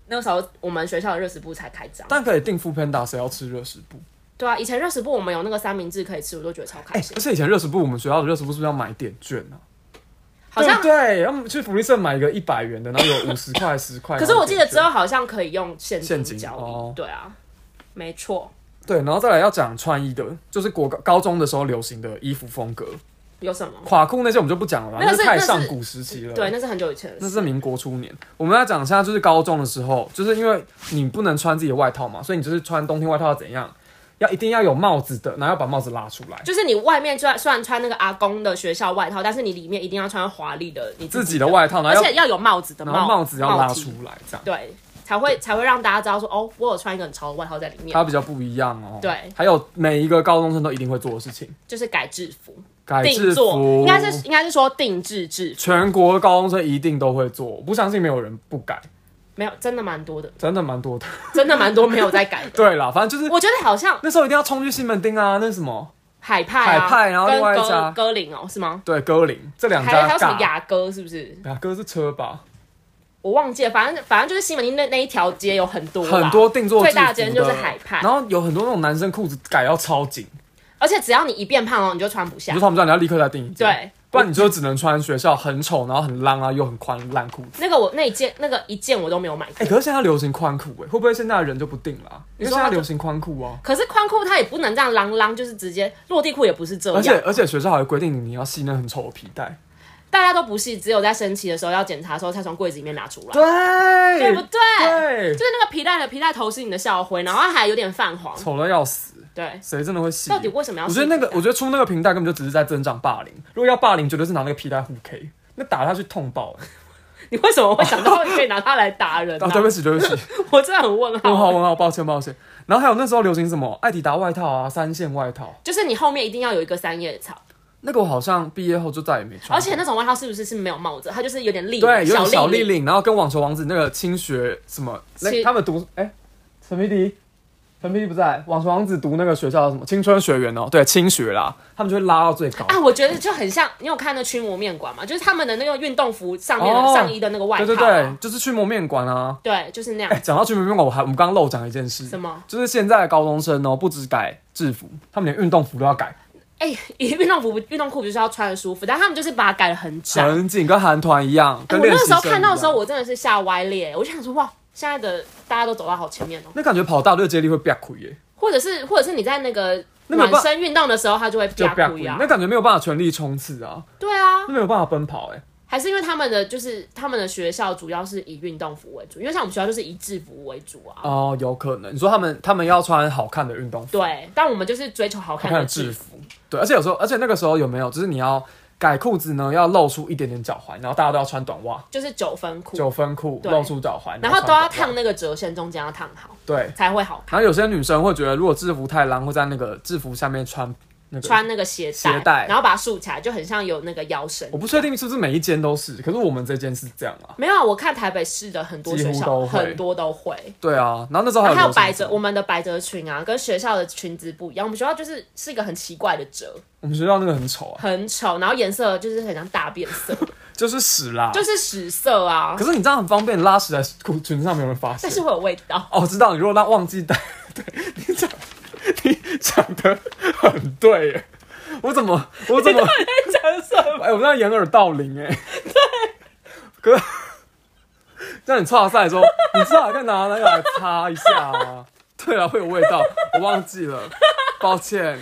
Speaker 1: 那个时候我们学校的热食部才开张。
Speaker 2: 但可以订 Foodpanda，谁要吃热食部？
Speaker 1: 对啊，以前热食部我们有那个三明治可以吃，我都觉得超开
Speaker 2: 哎、
Speaker 1: 心。
Speaker 2: 而且以前热食部，我们学校的热食部是不是要买点券啊？
Speaker 1: 好像
Speaker 2: 对不啊对，要么去福利社买一个一百元的，然后有五十块、十块。
Speaker 1: 可是我记得之
Speaker 2: 道。
Speaker 1: 后好像可以用现
Speaker 2: 啊现
Speaker 1: 金
Speaker 2: 金
Speaker 1: 交易，
Speaker 2: 哦
Speaker 1: 对啊，没错，
Speaker 2: 对，然后再来要讲穿衣的，就是国高高中的时候流行的衣服风格，
Speaker 1: 有什么？
Speaker 2: 垮裤那些我们就不讲了吧，
Speaker 1: 那个
Speaker 2: 是
Speaker 1: 是
Speaker 2: 太上古时期了。
Speaker 1: 对，，那是很久以前的事。
Speaker 2: 那是民国初年。我们要讲一下，就是高中的时候，就是因为你不能穿自己的外套嘛，所以你就是穿冬天外套要怎样，要一定要有帽子的，然后要把帽子拉出来。
Speaker 1: 就是你外面虽然虽然穿那个阿公的学校外套，但是你里面一定要穿华丽的你
Speaker 2: 自己
Speaker 1: 的
Speaker 2: 的，外套，然
Speaker 1: 而
Speaker 2: 后
Speaker 1: 且
Speaker 2: 要
Speaker 1: 要有帽子的
Speaker 2: 然后帽子要拉
Speaker 1: 帽
Speaker 2: 出
Speaker 1: 体
Speaker 2: 来，这样
Speaker 1: 对，才会才会让大家知道说哦，我有穿一个很潮的外套在里面
Speaker 2: 它，比较不一样哦。
Speaker 1: 对
Speaker 2: 还有每一个高中生都一定会做的事情，
Speaker 1: 就是改制服、
Speaker 2: 改
Speaker 1: 定
Speaker 2: 制
Speaker 1: 做，
Speaker 2: 服，
Speaker 1: 应该是应该是说定制制服，
Speaker 2: 全国高中生一定都会做，我不相信没有人不改，
Speaker 1: 没有真的蛮多的，
Speaker 2: 真的蛮多的。
Speaker 1: 真的蛮多没有在改的。
Speaker 2: 对啦，反正就是
Speaker 1: 我觉得好像
Speaker 2: 那时候一定要冲去西门町啊，那是什么？
Speaker 1: 海派、啊、
Speaker 2: 海派然后
Speaker 1: 跟
Speaker 2: 另外一
Speaker 1: 歌
Speaker 2: 家
Speaker 1: 歌林哦，是吗？
Speaker 2: 对，歌林这两
Speaker 1: 还有还
Speaker 2: 家
Speaker 1: 有什么
Speaker 2: 尬。
Speaker 1: 雅歌是不是？
Speaker 2: 雅歌是车吧，
Speaker 1: 我忘记了，反正反正就是西门町那那一条街有很多啦
Speaker 2: 很多定做制
Speaker 1: 最
Speaker 2: 服
Speaker 1: 大间就是海派
Speaker 2: 然后有很多那种男生裤子改到超紧，
Speaker 1: 而且只要你一变胖哦，你就穿不
Speaker 2: 你
Speaker 1: 下
Speaker 2: 就。穿不上，你要立刻再订一件，
Speaker 1: 对，
Speaker 2: 不然你就只能穿学校很丑，然后很浪啊又很宽的烂裤子。
Speaker 1: 那个我那一件那个一件我都没有买
Speaker 2: 哎、
Speaker 1: 过。
Speaker 2: 可是现在流行宽裤哎，会不会现在的人就不定了啊、
Speaker 1: 你
Speaker 2: 因
Speaker 1: 说
Speaker 2: 为现
Speaker 1: 他
Speaker 2: 在
Speaker 1: 就
Speaker 2: 流行宽裤啊，
Speaker 1: 可是宽裤它也不能这样啷啷，就是直接落地裤也不是这
Speaker 2: 而且
Speaker 1: 样，
Speaker 2: 而且学校还会规定你你要系那很丑的皮带，
Speaker 1: 大家都不是，只有在升旗的时候要检查的时候才从柜子里面拿出来，
Speaker 2: 对
Speaker 1: 对不对？
Speaker 2: 对
Speaker 1: 就是那个皮带的皮带头是你的校徽，然后它还有点泛黄，
Speaker 2: 丑到要死，
Speaker 1: 对。
Speaker 2: 谁真的会系？
Speaker 1: 到底为什么要
Speaker 2: 我
Speaker 1: 系
Speaker 2: 觉
Speaker 1: 皮带？
Speaker 2: 得那个，我觉得出那个平台根本就只是在增长霸凌。如果要霸凌，绝对是拿那个皮带互 K，那打下去痛爆、欸。
Speaker 1: 你为什么会想到你 可以拿它来打人、
Speaker 2: 啊，
Speaker 1: 啊？
Speaker 2: 对不起，对不起，
Speaker 1: 我真的很问
Speaker 2: 问
Speaker 1: 号。
Speaker 2: 号问号，抱歉抱歉。然后还有那时候流行什么艾迪达外套啊，三线外套，
Speaker 1: 就是你后面一定要有一个三叶草，
Speaker 2: 那个我好像毕业后就再也没穿过。
Speaker 1: 而且那种外套是不是是没有帽子？它就是有点立领，
Speaker 2: 对，有点小
Speaker 1: 立
Speaker 2: 立领，然后跟网球王子那个清学什么，
Speaker 1: 是
Speaker 2: 那他们读哎，陈皮迪，陈皮迪不在，网球王子读那个学校什么青春学园哦，对，清学啦，他们就会拉到最高。
Speaker 1: 啊，我觉得就很像，你有看那驱魔面馆吗？就是他们的那个运动服上面的、
Speaker 2: 哦
Speaker 1: 上衣的那个外套、
Speaker 2: 对
Speaker 1: 啊，
Speaker 2: 对对，就是去磨面馆啊。
Speaker 1: 对就是那样。
Speaker 2: 哎，讲到去磨面馆，我还我们刚刚漏讲一件事，
Speaker 1: 什么？
Speaker 2: 就是现在的高中生哦，不止改制服，他们连运动服都要改，
Speaker 1: 哎、运动服、运动裤不是要穿的舒服，但他们就是把它改的很窄。
Speaker 2: 很紧，跟韩团一样，
Speaker 1: 哎
Speaker 2: 跟
Speaker 1: 我那
Speaker 2: 练
Speaker 1: 个
Speaker 2: 习
Speaker 1: 时
Speaker 2: 生
Speaker 1: 候
Speaker 2: 一样
Speaker 1: 看到的时候，我真的是吓歪咧，我就想说哇，现在的大家都走到好前面哦，
Speaker 2: 那感觉跑大队接力会变亏耶，
Speaker 1: 或者是或者是你在那个
Speaker 2: 那没
Speaker 1: 暖
Speaker 2: 有办
Speaker 1: 身运动的时候，它就会
Speaker 2: 就
Speaker 1: 啪
Speaker 2: 变
Speaker 1: 哭
Speaker 2: 亏，
Speaker 1: 呀
Speaker 2: 那，感觉没有办法全力冲刺啊，
Speaker 1: 对啊，
Speaker 2: 那没有办法奔跑哎。
Speaker 1: 还是因为他们的就是他们的学校主要是以运动服为主，因为像我们学校就是以制服为主啊。
Speaker 2: 哦，有可能。你说他们他们要穿好看的运动服，
Speaker 1: 对，但我们就是追求好
Speaker 2: 好
Speaker 1: 看
Speaker 2: 看
Speaker 1: 的
Speaker 2: 的制
Speaker 1: 服。
Speaker 2: 服，对。而且有时候，而且那个时候有没有，就是你要改裤子呢，要露出一点点脚踝，然后大家都要穿短袜、
Speaker 1: 就是九分裤，
Speaker 2: 九分裤，
Speaker 1: 对
Speaker 2: 露出脚踝，
Speaker 1: 然后都要
Speaker 2: 穿短袜
Speaker 1: 烫。那个折线，中间要烫好
Speaker 2: 对。
Speaker 1: 才会好看。
Speaker 2: 然后有些女生会觉得，如果制服太烂，会在那个制服下面穿那个
Speaker 1: 穿那个鞋带，
Speaker 2: 鞋带
Speaker 1: 然后把它束起来，就很像有那个腰身
Speaker 2: 我。不确定是不是每一间都是，可是我们这间是这样啊。
Speaker 1: 没有啊，我看台北市的很多
Speaker 2: 几
Speaker 1: 学
Speaker 2: 乎
Speaker 1: 校
Speaker 2: 都会
Speaker 1: 很多都会，
Speaker 2: 对啊，然后那时候还
Speaker 1: 然后还有
Speaker 2: 流行
Speaker 1: 百
Speaker 2: 什
Speaker 1: 褶，
Speaker 2: 么
Speaker 1: 我们的百褶裙啊，跟学校的裙子不一样。我们学校就是是一个很奇怪的褶，
Speaker 2: 我们学校那个很丑啊，
Speaker 1: 很丑，然后颜色就是很像大变 色，
Speaker 2: 就是屎啦。
Speaker 1: 就是屎色啊
Speaker 2: 可，是你这样很方便，拉屎在裤裙子上没有人发现
Speaker 1: 但。是会有味 道。
Speaker 2: 哦，我知道，你如果让忘记带， 对你讲，你讲的很对耶。我怎么，我怎么，
Speaker 1: 在讲什么？
Speaker 2: 哎、我这样掩耳盗铃哎。对。可，那你擦赛的时候，你至少还可以拿那个来擦一下啊。对啊，会有味道，我忘记了，抱歉。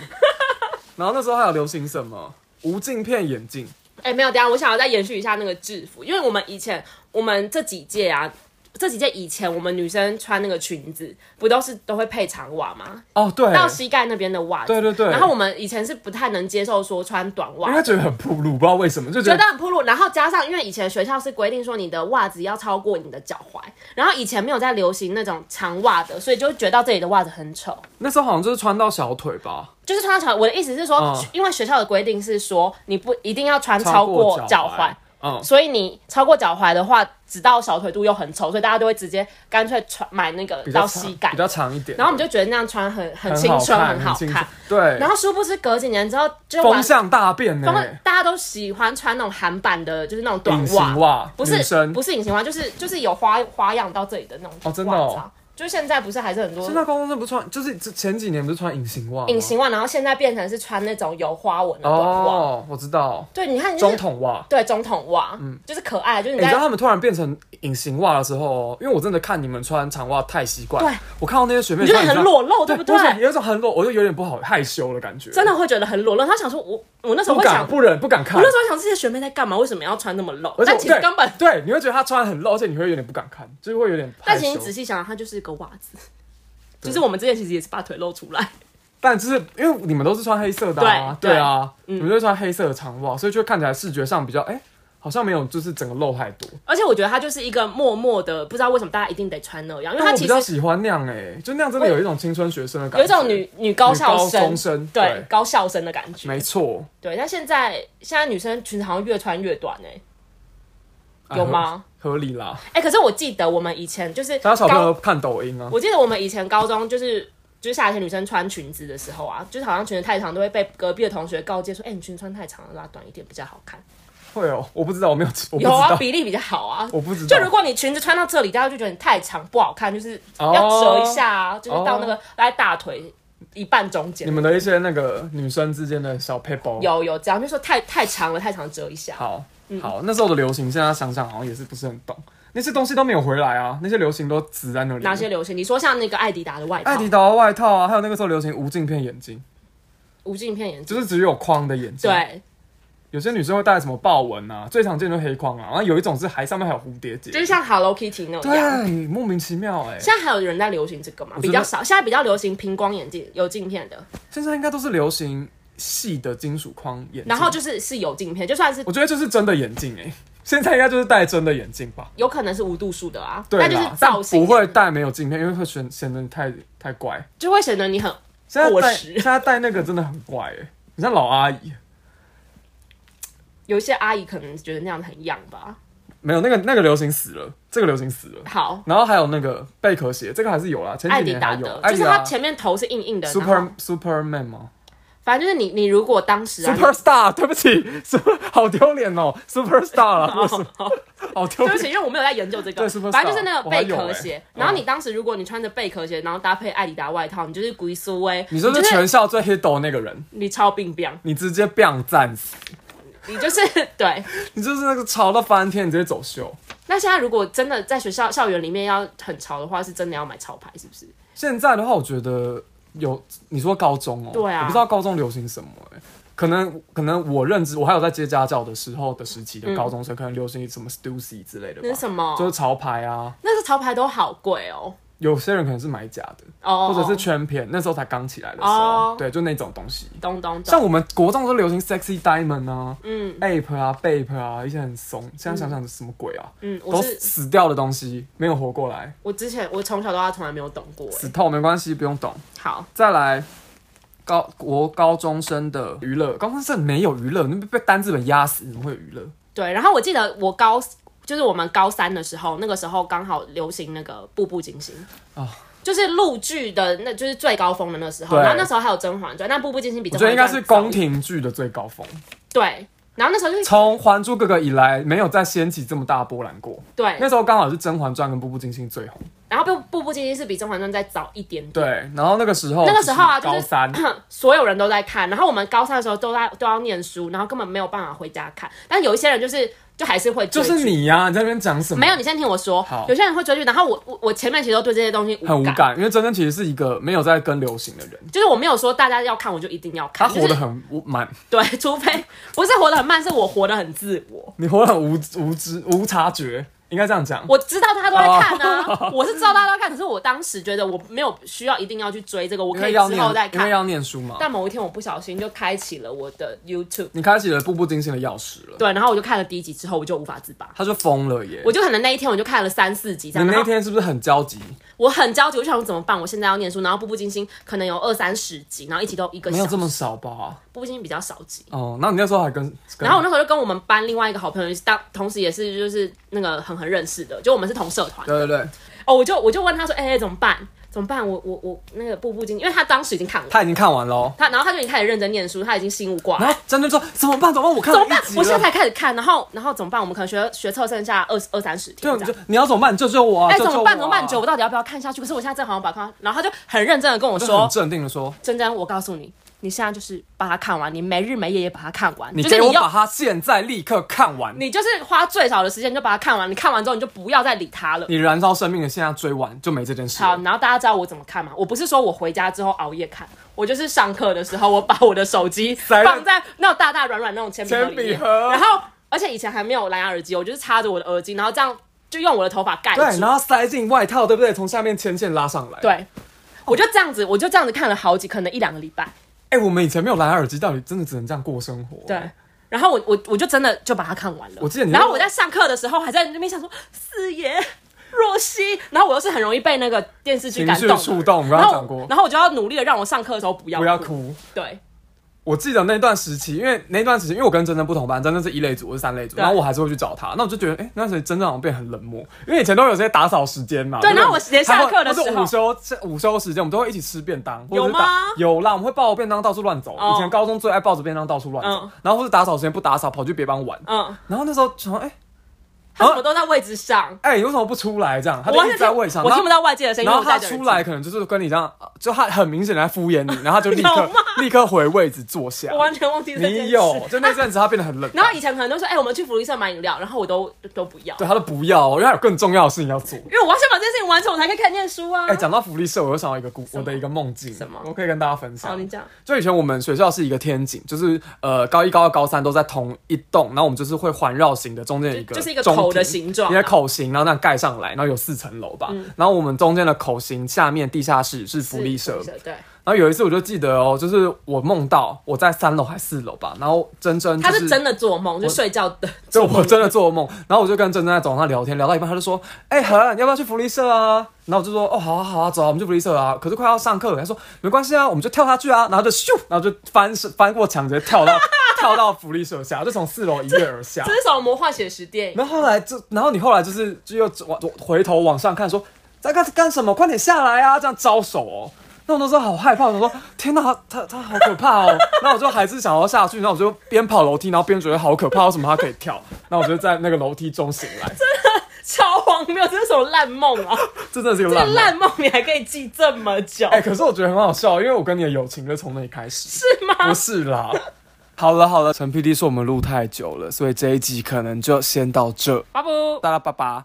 Speaker 2: 然后那时候还有流行什么无镜片眼镜，
Speaker 1: 哎、没有，等一下我想要再延续一下那个制服，因为我们以前我们这几届啊，这几届以前我们女生穿那个裙子，不都是都会配长袜吗？
Speaker 2: 哦对，
Speaker 1: 到膝盖那边的袜子。
Speaker 2: 对对对
Speaker 1: 然后我们以前是不太能接受说穿短
Speaker 2: 因为
Speaker 1: 袜
Speaker 2: 他。觉得很暴露，不知道为什么就觉
Speaker 1: 觉得
Speaker 2: 得
Speaker 1: 很暴露，然后加上因为以前学校是规定说你的袜子要超过你的脚踝，然后以前没有在流行那种长袜的，所以就会觉得到这里的袜子很丑。
Speaker 2: 那时候好像就是穿到小腿吧，
Speaker 1: 就是穿到长，我的意思是说，
Speaker 2: 嗯
Speaker 1: 因为学校的规定是说你不一定要穿超过脚踝
Speaker 2: 踝，，嗯，
Speaker 1: 所以你超过脚踝的话，直到小腿肚又很丑，所以大家都会直接干脆穿买那个
Speaker 2: 比较
Speaker 1: 到
Speaker 2: 长
Speaker 1: 膝盖
Speaker 2: 比，较长一点，
Speaker 1: 然后我们就觉得那样穿很很青春，
Speaker 2: 很
Speaker 1: 很好
Speaker 2: 清
Speaker 1: 看
Speaker 2: 爽。对，
Speaker 1: 然后殊不知隔几年之后，就
Speaker 2: 风
Speaker 1: 完
Speaker 2: 向大变呢、
Speaker 1: 风大家都喜欢穿那种韩版的，就是那种短
Speaker 2: 隐形
Speaker 1: 袜，
Speaker 2: 袜，
Speaker 1: 不
Speaker 2: 女
Speaker 1: 是
Speaker 2: 生
Speaker 1: 不是隐形袜，就是就是有花花样到这里的那种
Speaker 2: 哦真的哦
Speaker 1: 袜子啊就现在不是还是很多
Speaker 2: 现在高中生不穿，就是前几年不是穿隐形袜吗，
Speaker 1: 隐形袜，然后现在变成是穿那种有花纹的短袜。
Speaker 2: 哦，我知道，
Speaker 1: 对，你看，你就
Speaker 2: 中
Speaker 1: 是
Speaker 2: 筒袜。
Speaker 1: 对中筒袜，就是可爱，就是你
Speaker 2: 欸你知道
Speaker 1: 在
Speaker 2: 他们突然变成隐形袜的时候哦，因为我真的看你们穿长袜太习惯，
Speaker 1: 对，
Speaker 2: 我看到那些学妹
Speaker 1: 你觉得
Speaker 2: 穿
Speaker 1: 很
Speaker 2: 长
Speaker 1: 裸露，对
Speaker 2: 对
Speaker 1: 不
Speaker 2: 我有
Speaker 1: 对？
Speaker 2: 有一种很裸，我就有点不好害羞的感觉，
Speaker 1: 真的会觉得很裸露。他想说我，我那时候
Speaker 2: 不
Speaker 1: 会想，
Speaker 2: 敢
Speaker 1: 我
Speaker 2: 不忍不敢看
Speaker 1: 那，时候想这些学妹在干嘛？为什么要穿那么露
Speaker 2: 而？且
Speaker 1: 但
Speaker 2: 我
Speaker 1: 其实
Speaker 2: 对
Speaker 1: 根本，
Speaker 2: 对，你会觉得她穿很露，而且你会有点不敢看，就是会有点害
Speaker 1: 但
Speaker 2: 羞。
Speaker 1: 其实你仔细想想，它就是一个袜子。
Speaker 2: 对
Speaker 1: 就是我们之前其实也是把腿露出来，
Speaker 2: 但就是因为你们都是穿黑色的、啊，
Speaker 1: 对嗯
Speaker 2: 对啊，你们都是穿黑色的长袜，所以就看起来视觉上比较哎、好像没有就是整个露太多。
Speaker 1: 而且我觉得它就是一个默默的，不知道为什么大家一定得穿那样，因为
Speaker 2: 但
Speaker 1: 它
Speaker 2: 我
Speaker 1: 其
Speaker 2: 比
Speaker 1: 实
Speaker 2: 较喜欢那样哎、就那样真的有一种青春学生的感觉，
Speaker 1: 有一种女女高校
Speaker 2: 女高
Speaker 1: 生，
Speaker 2: 中生
Speaker 1: 对
Speaker 2: 对
Speaker 1: 高校生的感觉
Speaker 2: 没。错，
Speaker 1: 对，但现在现在女生裙子好像越穿越短哎、
Speaker 2: 啊
Speaker 1: 有吗？
Speaker 2: 合合理啦，
Speaker 1: 哎、可是我记得我们以前就是
Speaker 2: 大家小朋
Speaker 1: 高
Speaker 2: 友看抖音啊，
Speaker 1: 我记得我们以前高中就是。就是夏天女生穿裙子的时候啊，就是好像裙子太长，都会被隔壁的同学告诫说：“哎、你裙子穿太长了，拉短一点比较好看。
Speaker 2: 会哦，我不知道，我没有，我”不知
Speaker 1: 有啊，
Speaker 2: 道，
Speaker 1: 比例比较好啊。
Speaker 2: 我不知道
Speaker 1: 就如果你裙子穿到这里，大家就觉得你太长不好看，就是
Speaker 2: 哦
Speaker 1: 要折一下啊，就是到那个大概大腿一半中间
Speaker 2: 你。们的一些那个女生之间的小 paper
Speaker 1: 有嗯有这样，就说太太长了，太长折一下。
Speaker 2: 好好，那时候的流行，现在想想好像也是不是很懂，那些东西都没有回来啊，那些流行都死在那里了。
Speaker 1: 哪些流行？你说像那个艾迪达的外套，
Speaker 2: 艾迪达的外套啊，还有那个时候流行无镜片眼镜，
Speaker 1: 无镜片眼镜，
Speaker 2: 就是只有框的眼镜。，
Speaker 1: 对，
Speaker 2: 有些女生会戴什么豹纹啊，最常见就是黑框啊，然后有一种是还上面还有蝴蝶结
Speaker 1: 就。是像 Hello Kitty 那种样。
Speaker 2: 对，莫名其妙哎、
Speaker 1: 现在还有人在流行这个吗？
Speaker 2: 我觉
Speaker 1: 比
Speaker 2: 得
Speaker 1: 较少，现在比较流行平光眼镜，有镜片的。
Speaker 2: 现在应该都是流行细的金属框眼镜，
Speaker 1: 然后就是是有镜片，就算是
Speaker 2: 我觉得就是真的眼镜哎、 现在应该就是戴真的眼镜吧。
Speaker 1: 有可能是无度数的啊，
Speaker 2: 对
Speaker 1: 那就
Speaker 2: 啦
Speaker 1: 是，造型
Speaker 2: 不会戴没有镜片，因为会显显得你太太怪。
Speaker 1: 就会显得你很
Speaker 2: 现在
Speaker 1: 过
Speaker 2: 戴
Speaker 1: 时
Speaker 2: 现在戴那个真的很怪哎、你像老阿姨，
Speaker 1: 有一些阿姨可能觉得那样很样吧。
Speaker 2: 没有那个那个流行死了，这个流行死了。
Speaker 1: 好，
Speaker 2: 然后还有那个贝壳鞋，这个还是有啦，前
Speaker 1: 艾迪
Speaker 2: 几年还
Speaker 1: 达
Speaker 2: 有
Speaker 1: 的，，
Speaker 2: 艾
Speaker 1: 就
Speaker 2: 迪
Speaker 1: 是
Speaker 2: 达
Speaker 1: 它前面头是硬硬的然
Speaker 2: Super
Speaker 1: 后
Speaker 2: Superman 吗
Speaker 1: 反正就是你你如果当时啊，
Speaker 2: ？Superstar，对不起，Super 好丢脸哦 ，Superstar 啦，为什
Speaker 1: 哦
Speaker 2: 么？好丢
Speaker 1: 对不起，
Speaker 2: 脸。
Speaker 1: 因为我没有在研究这个，
Speaker 2: 对，Superstar，
Speaker 1: 反正就是那个
Speaker 2: 我还
Speaker 1: 贝
Speaker 2: 有
Speaker 1: 壳
Speaker 2: 欸
Speaker 1: 鞋。
Speaker 2: 嗯
Speaker 1: 然后你当时如果你穿着贝壳鞋，然后搭配艾迪达外套，你就是鬼苏威，
Speaker 2: 你就是
Speaker 1: 就是
Speaker 2: 全校最 hit 的那个人，
Speaker 1: 你超冰冰，
Speaker 2: 你直接 biang 赞死，
Speaker 1: 你就是 对。
Speaker 2: 你就是那个潮到翻天，你直接走秀。
Speaker 1: 那现在如果真的在学校校园里面要很潮的话，是真的要买潮牌，是不是？
Speaker 2: 现在的话，我觉得有你说高中哦、
Speaker 1: 对啊
Speaker 2: 我不知道高中流行什么、欸，可能可能我认知，我还有在接家教的时候的时期的高中生，可能流行什么 Stussy 之类的吧，
Speaker 1: 嗯那是什么
Speaker 2: 就是潮牌啊，
Speaker 1: 那是潮牌都好贵哦，
Speaker 2: 有些人可能是买假的，
Speaker 1: 哦，
Speaker 2: 或者是
Speaker 1: 哦
Speaker 2: 全片，那时候才刚起来的时候，
Speaker 1: 哦
Speaker 2: 对，就那种东西。
Speaker 1: 懂懂
Speaker 2: 像
Speaker 1: 懂，
Speaker 2: 我们国中都流行 sexy diamond 啊、
Speaker 1: 嗯
Speaker 2: ape 啊、bape 啊，一些很怂。现在想想是什么鬼啊？
Speaker 1: 嗯，
Speaker 2: 都
Speaker 1: 我是
Speaker 2: 死掉的东西，没有活过来，
Speaker 1: 我之前我从小到大从来没有懂过，欸
Speaker 2: 死透没关系，不用懂。
Speaker 1: 好，
Speaker 2: 再来，高国高中生的娱乐，高中生没有娱乐，那被单字本压死，怎么会有娱乐？
Speaker 1: 对，然后我记得我高就是我们高三的时候，那个时候刚好流行那个《步步惊心》
Speaker 2: 哦
Speaker 1: 就是陆剧的那就是最高峰的那时候，
Speaker 2: 对
Speaker 1: 然后那时候还有《甄嬛传》，但《步步惊心》比《
Speaker 2: 我
Speaker 1: 甄
Speaker 2: 觉
Speaker 1: 嬛
Speaker 2: 得应该
Speaker 1: 传》
Speaker 2: 是
Speaker 1: 早
Speaker 2: 宫廷剧的最高峰，
Speaker 1: 对，然后那时候就是
Speaker 2: 从《还珠格格》以来，没有再掀起这么大波澜过。
Speaker 1: 对
Speaker 2: 那，时候刚好是《甄嬛传》跟《步步惊心》最红，
Speaker 1: 然后《步步步惊心》是比《甄嬛传》再早一点点，
Speaker 2: 对。然后那个时候，
Speaker 1: 那个时候啊就是
Speaker 2: 高三，
Speaker 1: 所有人都在看，然后我们高三的时候都在都要念书，然后根本没有办法回家看。但有一些人就是就还是会追
Speaker 2: 就
Speaker 1: 剧
Speaker 2: 是你呀、你在那边讲什么？
Speaker 1: 没有，你先听我说
Speaker 2: 好。
Speaker 1: 有些人会追剧，然后我我我前面其实都对这些东西
Speaker 2: 很无感，因为真真其实是一个没有在跟流行的人，
Speaker 1: 就是我没有说大家要看我就一定要看，
Speaker 2: 他活
Speaker 1: 就
Speaker 2: 得
Speaker 1: 是
Speaker 2: 很无蛮，
Speaker 1: 对，除非不是活得很慢，是我活得很自 我。
Speaker 2: 你活得很无无知无察觉，应该这样讲。
Speaker 1: 我知道大家都在看啊，
Speaker 2: 哦
Speaker 1: 我是知道大家都在看，可是我当时觉得我没有需要一定要去追这个，我
Speaker 2: 因
Speaker 1: 可
Speaker 2: 为
Speaker 1: 以
Speaker 2: 要
Speaker 1: 之
Speaker 2: 念
Speaker 1: 后再，
Speaker 2: 因为
Speaker 1: 看。
Speaker 2: 要念书嘛。
Speaker 1: 但某一天我不小心就开启了我的 YouTube，
Speaker 2: 你开启了步步惊心的钥匙了，
Speaker 1: 对，然后我就看了第一集之后，我就无法自拔。
Speaker 2: 他就疯了耶！
Speaker 1: 我就可能那一天我就看了三四集这
Speaker 2: 你
Speaker 1: 样，然
Speaker 2: 那
Speaker 1: 后
Speaker 2: 天是不是很焦急？
Speaker 1: 我很焦急，我就想说怎么办？我现在要念书，然后《步步惊心》可能有二三十集，然后一集都一个
Speaker 2: 没
Speaker 1: 小
Speaker 2: 有
Speaker 1: 时，
Speaker 2: 这
Speaker 1: 《
Speaker 2: 么少吧？
Speaker 1: 步步惊心》比较少集。
Speaker 2: 哦，那你那时候还跟，跟
Speaker 1: 然后我那时候就跟我们班另外一个好朋友，当同时也是就是那个很很认识的，就我们是同社团
Speaker 2: 对对对，
Speaker 1: 哦，我就我就问他说，哎、哎怎么办？怎么办？我我我那个《步步惊心》，因为他当时已经看完，
Speaker 2: 他已经看完了哦，
Speaker 1: 他然后他就已经开始认真念书，他已经心无挂碍
Speaker 2: 然。后真真说怎么办？怎么办？我看
Speaker 1: 啊怎
Speaker 2: 了
Speaker 1: 么办
Speaker 2: 一集？了
Speaker 1: 我现在才开始看，然后然后怎么办？我们可能学学测剩下二二三十天
Speaker 2: 对，
Speaker 1: 这样
Speaker 2: 啊你就。你要怎么办？你救救我啊！
Speaker 1: 哎、
Speaker 2: 救
Speaker 1: 怎
Speaker 2: 救
Speaker 1: 么办？
Speaker 2: 我
Speaker 1: 怎
Speaker 2: 啊
Speaker 1: 么办？九，我到底要不要看下去？可是我现在正好像把它看完，然后他就很认真的跟我
Speaker 2: 就
Speaker 1: 说
Speaker 2: 很，镇定的说，
Speaker 1: 珍珍，我告诉你，你现在就是把它看完，你没日没夜也把它看完，
Speaker 2: 你
Speaker 1: 就是
Speaker 2: 给我
Speaker 1: 你
Speaker 2: 把
Speaker 1: 用，
Speaker 2: 它现在立刻看完，
Speaker 1: 你就是花最少的时间就把它看完，你看完之后你就不要再理它了。
Speaker 2: 你燃烧生命的现在追完就没这件事了。
Speaker 1: 好，然后大家知道我怎么看吗？我不是说我回家之后熬夜看，我就是上课的时候，我把我的手机
Speaker 2: 在
Speaker 1: 放在那种大大软软那种铅笔盒里
Speaker 2: 铅笔
Speaker 1: 面，
Speaker 2: 盒
Speaker 1: 然后而且以前还没有蓝牙耳机，我就是插着我的耳机，然后这样就用我的头发盖
Speaker 2: 对，
Speaker 1: 住
Speaker 2: 然，后塞进外套，对不对？从下面牵线拉上来。，
Speaker 1: 对，我就这样子，我就这样子看了好几，可能一两个礼拜。
Speaker 2: 哎、我们以前没有蓝牙耳机，到底真的只能这样过生活？
Speaker 1: 对，，然后我我我就真的就把它看完了。
Speaker 2: 我记得你
Speaker 1: 然后我在上课的时候还在那边想说四爷。若曦，然后我又是很容易被那个电视剧感动的
Speaker 2: 情绪触动我们刚
Speaker 1: 然后
Speaker 2: 刚讲过
Speaker 1: 然后我就要努力的让我上课的时候不要
Speaker 2: 不要，哭。
Speaker 1: 对，
Speaker 2: 我记得那段时期，因为那段时期，因为我跟珍珍不同班，珍珍是一类组，我是三类组，
Speaker 1: 对
Speaker 2: 然后我还是会去找她。那我就觉得，哎、那时候珍珍好像变很冷漠，因为以前都有些打扫时间嘛。
Speaker 1: 对
Speaker 2: 不
Speaker 1: 然后我连下课的时候
Speaker 2: 或是午休午休时间，我们都会一起吃便当。或者是
Speaker 1: 有吗
Speaker 2: 打有啦，我们会抱着便当到处乱走。
Speaker 1: 哦
Speaker 2: 以前高中最爱抱着便当到处乱走，
Speaker 1: 嗯
Speaker 2: 然后或是打扫时间不打扫，跑去别班玩。
Speaker 1: 嗯，
Speaker 2: 然后那时候想说，哎、
Speaker 1: 他怎么都在位置上，
Speaker 2: 哎、你为什么不出来？这哦样，他
Speaker 1: 我
Speaker 2: 就一直在位上，
Speaker 1: 我
Speaker 2: 然
Speaker 1: 听
Speaker 2: 后
Speaker 1: 不到外界的声音，
Speaker 2: 然后
Speaker 1: 因为
Speaker 2: 他
Speaker 1: 我戴着耳
Speaker 2: 出
Speaker 1: 机，
Speaker 2: 来可能就是跟你这样，就他很明显地在敷衍你，然后他就 立刻
Speaker 1: 有吗
Speaker 2: 立刻回位置坐下
Speaker 1: 我。完全忘记这件事
Speaker 2: 你 有，就那阵子他变得很冷淡，
Speaker 1: 然后以前可能都说，哎，我们去福利社买饮料，然后我都都不要，
Speaker 2: 对他都不要哦，因为他有更重要的事情要做。
Speaker 1: 因为我要先把这件事情完成，我才可以看念书啊。
Speaker 2: 哎、讲到福利社，我又想到一个故，我的一个梦境，
Speaker 1: 什么
Speaker 2: 我可以跟大家分
Speaker 1: 好，
Speaker 2: 享
Speaker 1: 你。讲，
Speaker 2: 就以前我们学校是一个天井，就是呃高一、高二、高三都在同一栋，然后我们就是会环绕型的，中间有一个
Speaker 1: 就是一个
Speaker 2: 中
Speaker 1: 口的
Speaker 2: 庭
Speaker 1: 形状
Speaker 2: 一个
Speaker 1: 啊嗯
Speaker 2: 口型，然后那样盖上来，然后有四层楼吧。然后我们中间的口型下面地下室是福利社，
Speaker 1: 对，
Speaker 2: 然后有一次我就记得哦，就是我梦到我在三楼还四楼吧，然后珍珍、就
Speaker 1: 他是真的做梦，就睡觉的，
Speaker 2: 就我真的做梦，然后我就跟珍珍在早上聊天，聊到一半，他就说：“哎、恒，要不要去福利社啊？”然后我就说：“哦，好啊，好啊，走啊，我们去福利社啊。”可是快要上课了，他说：“没关系啊，我们就跳下去啊。”然后就咻，然后就翻身翻过墙，直接跳到跳到福利社下，就从四楼一跃而下
Speaker 1: 这。是什么魔幻写实电影？
Speaker 2: 然后后来就，然后你后来就是就又往回头往上看说，在干干什么？快点下来啊！这样招手哦。那我那时候好害怕，我想说天哪，他他他好可怕哦。然后我就还是想要下去，然后我就边跑楼梯，然后边觉得好可怕，为什么他可以跳？然后我就在那个楼梯中醒来，
Speaker 1: 超荒谬，这是什么烂梦啊？
Speaker 2: 这真的是一个
Speaker 1: 这个
Speaker 2: 烂
Speaker 1: 烂
Speaker 2: 梦。
Speaker 1: 梦你还可以记这么久？
Speaker 2: 哎、可是我觉得很好笑，因为我跟你的友情就从那里开始。 是吗？不是啦。好了好了，陈 PD 说我们录太久了，所以这一集可能就先到这，
Speaker 1: 巴布。
Speaker 2: 大家拜拜。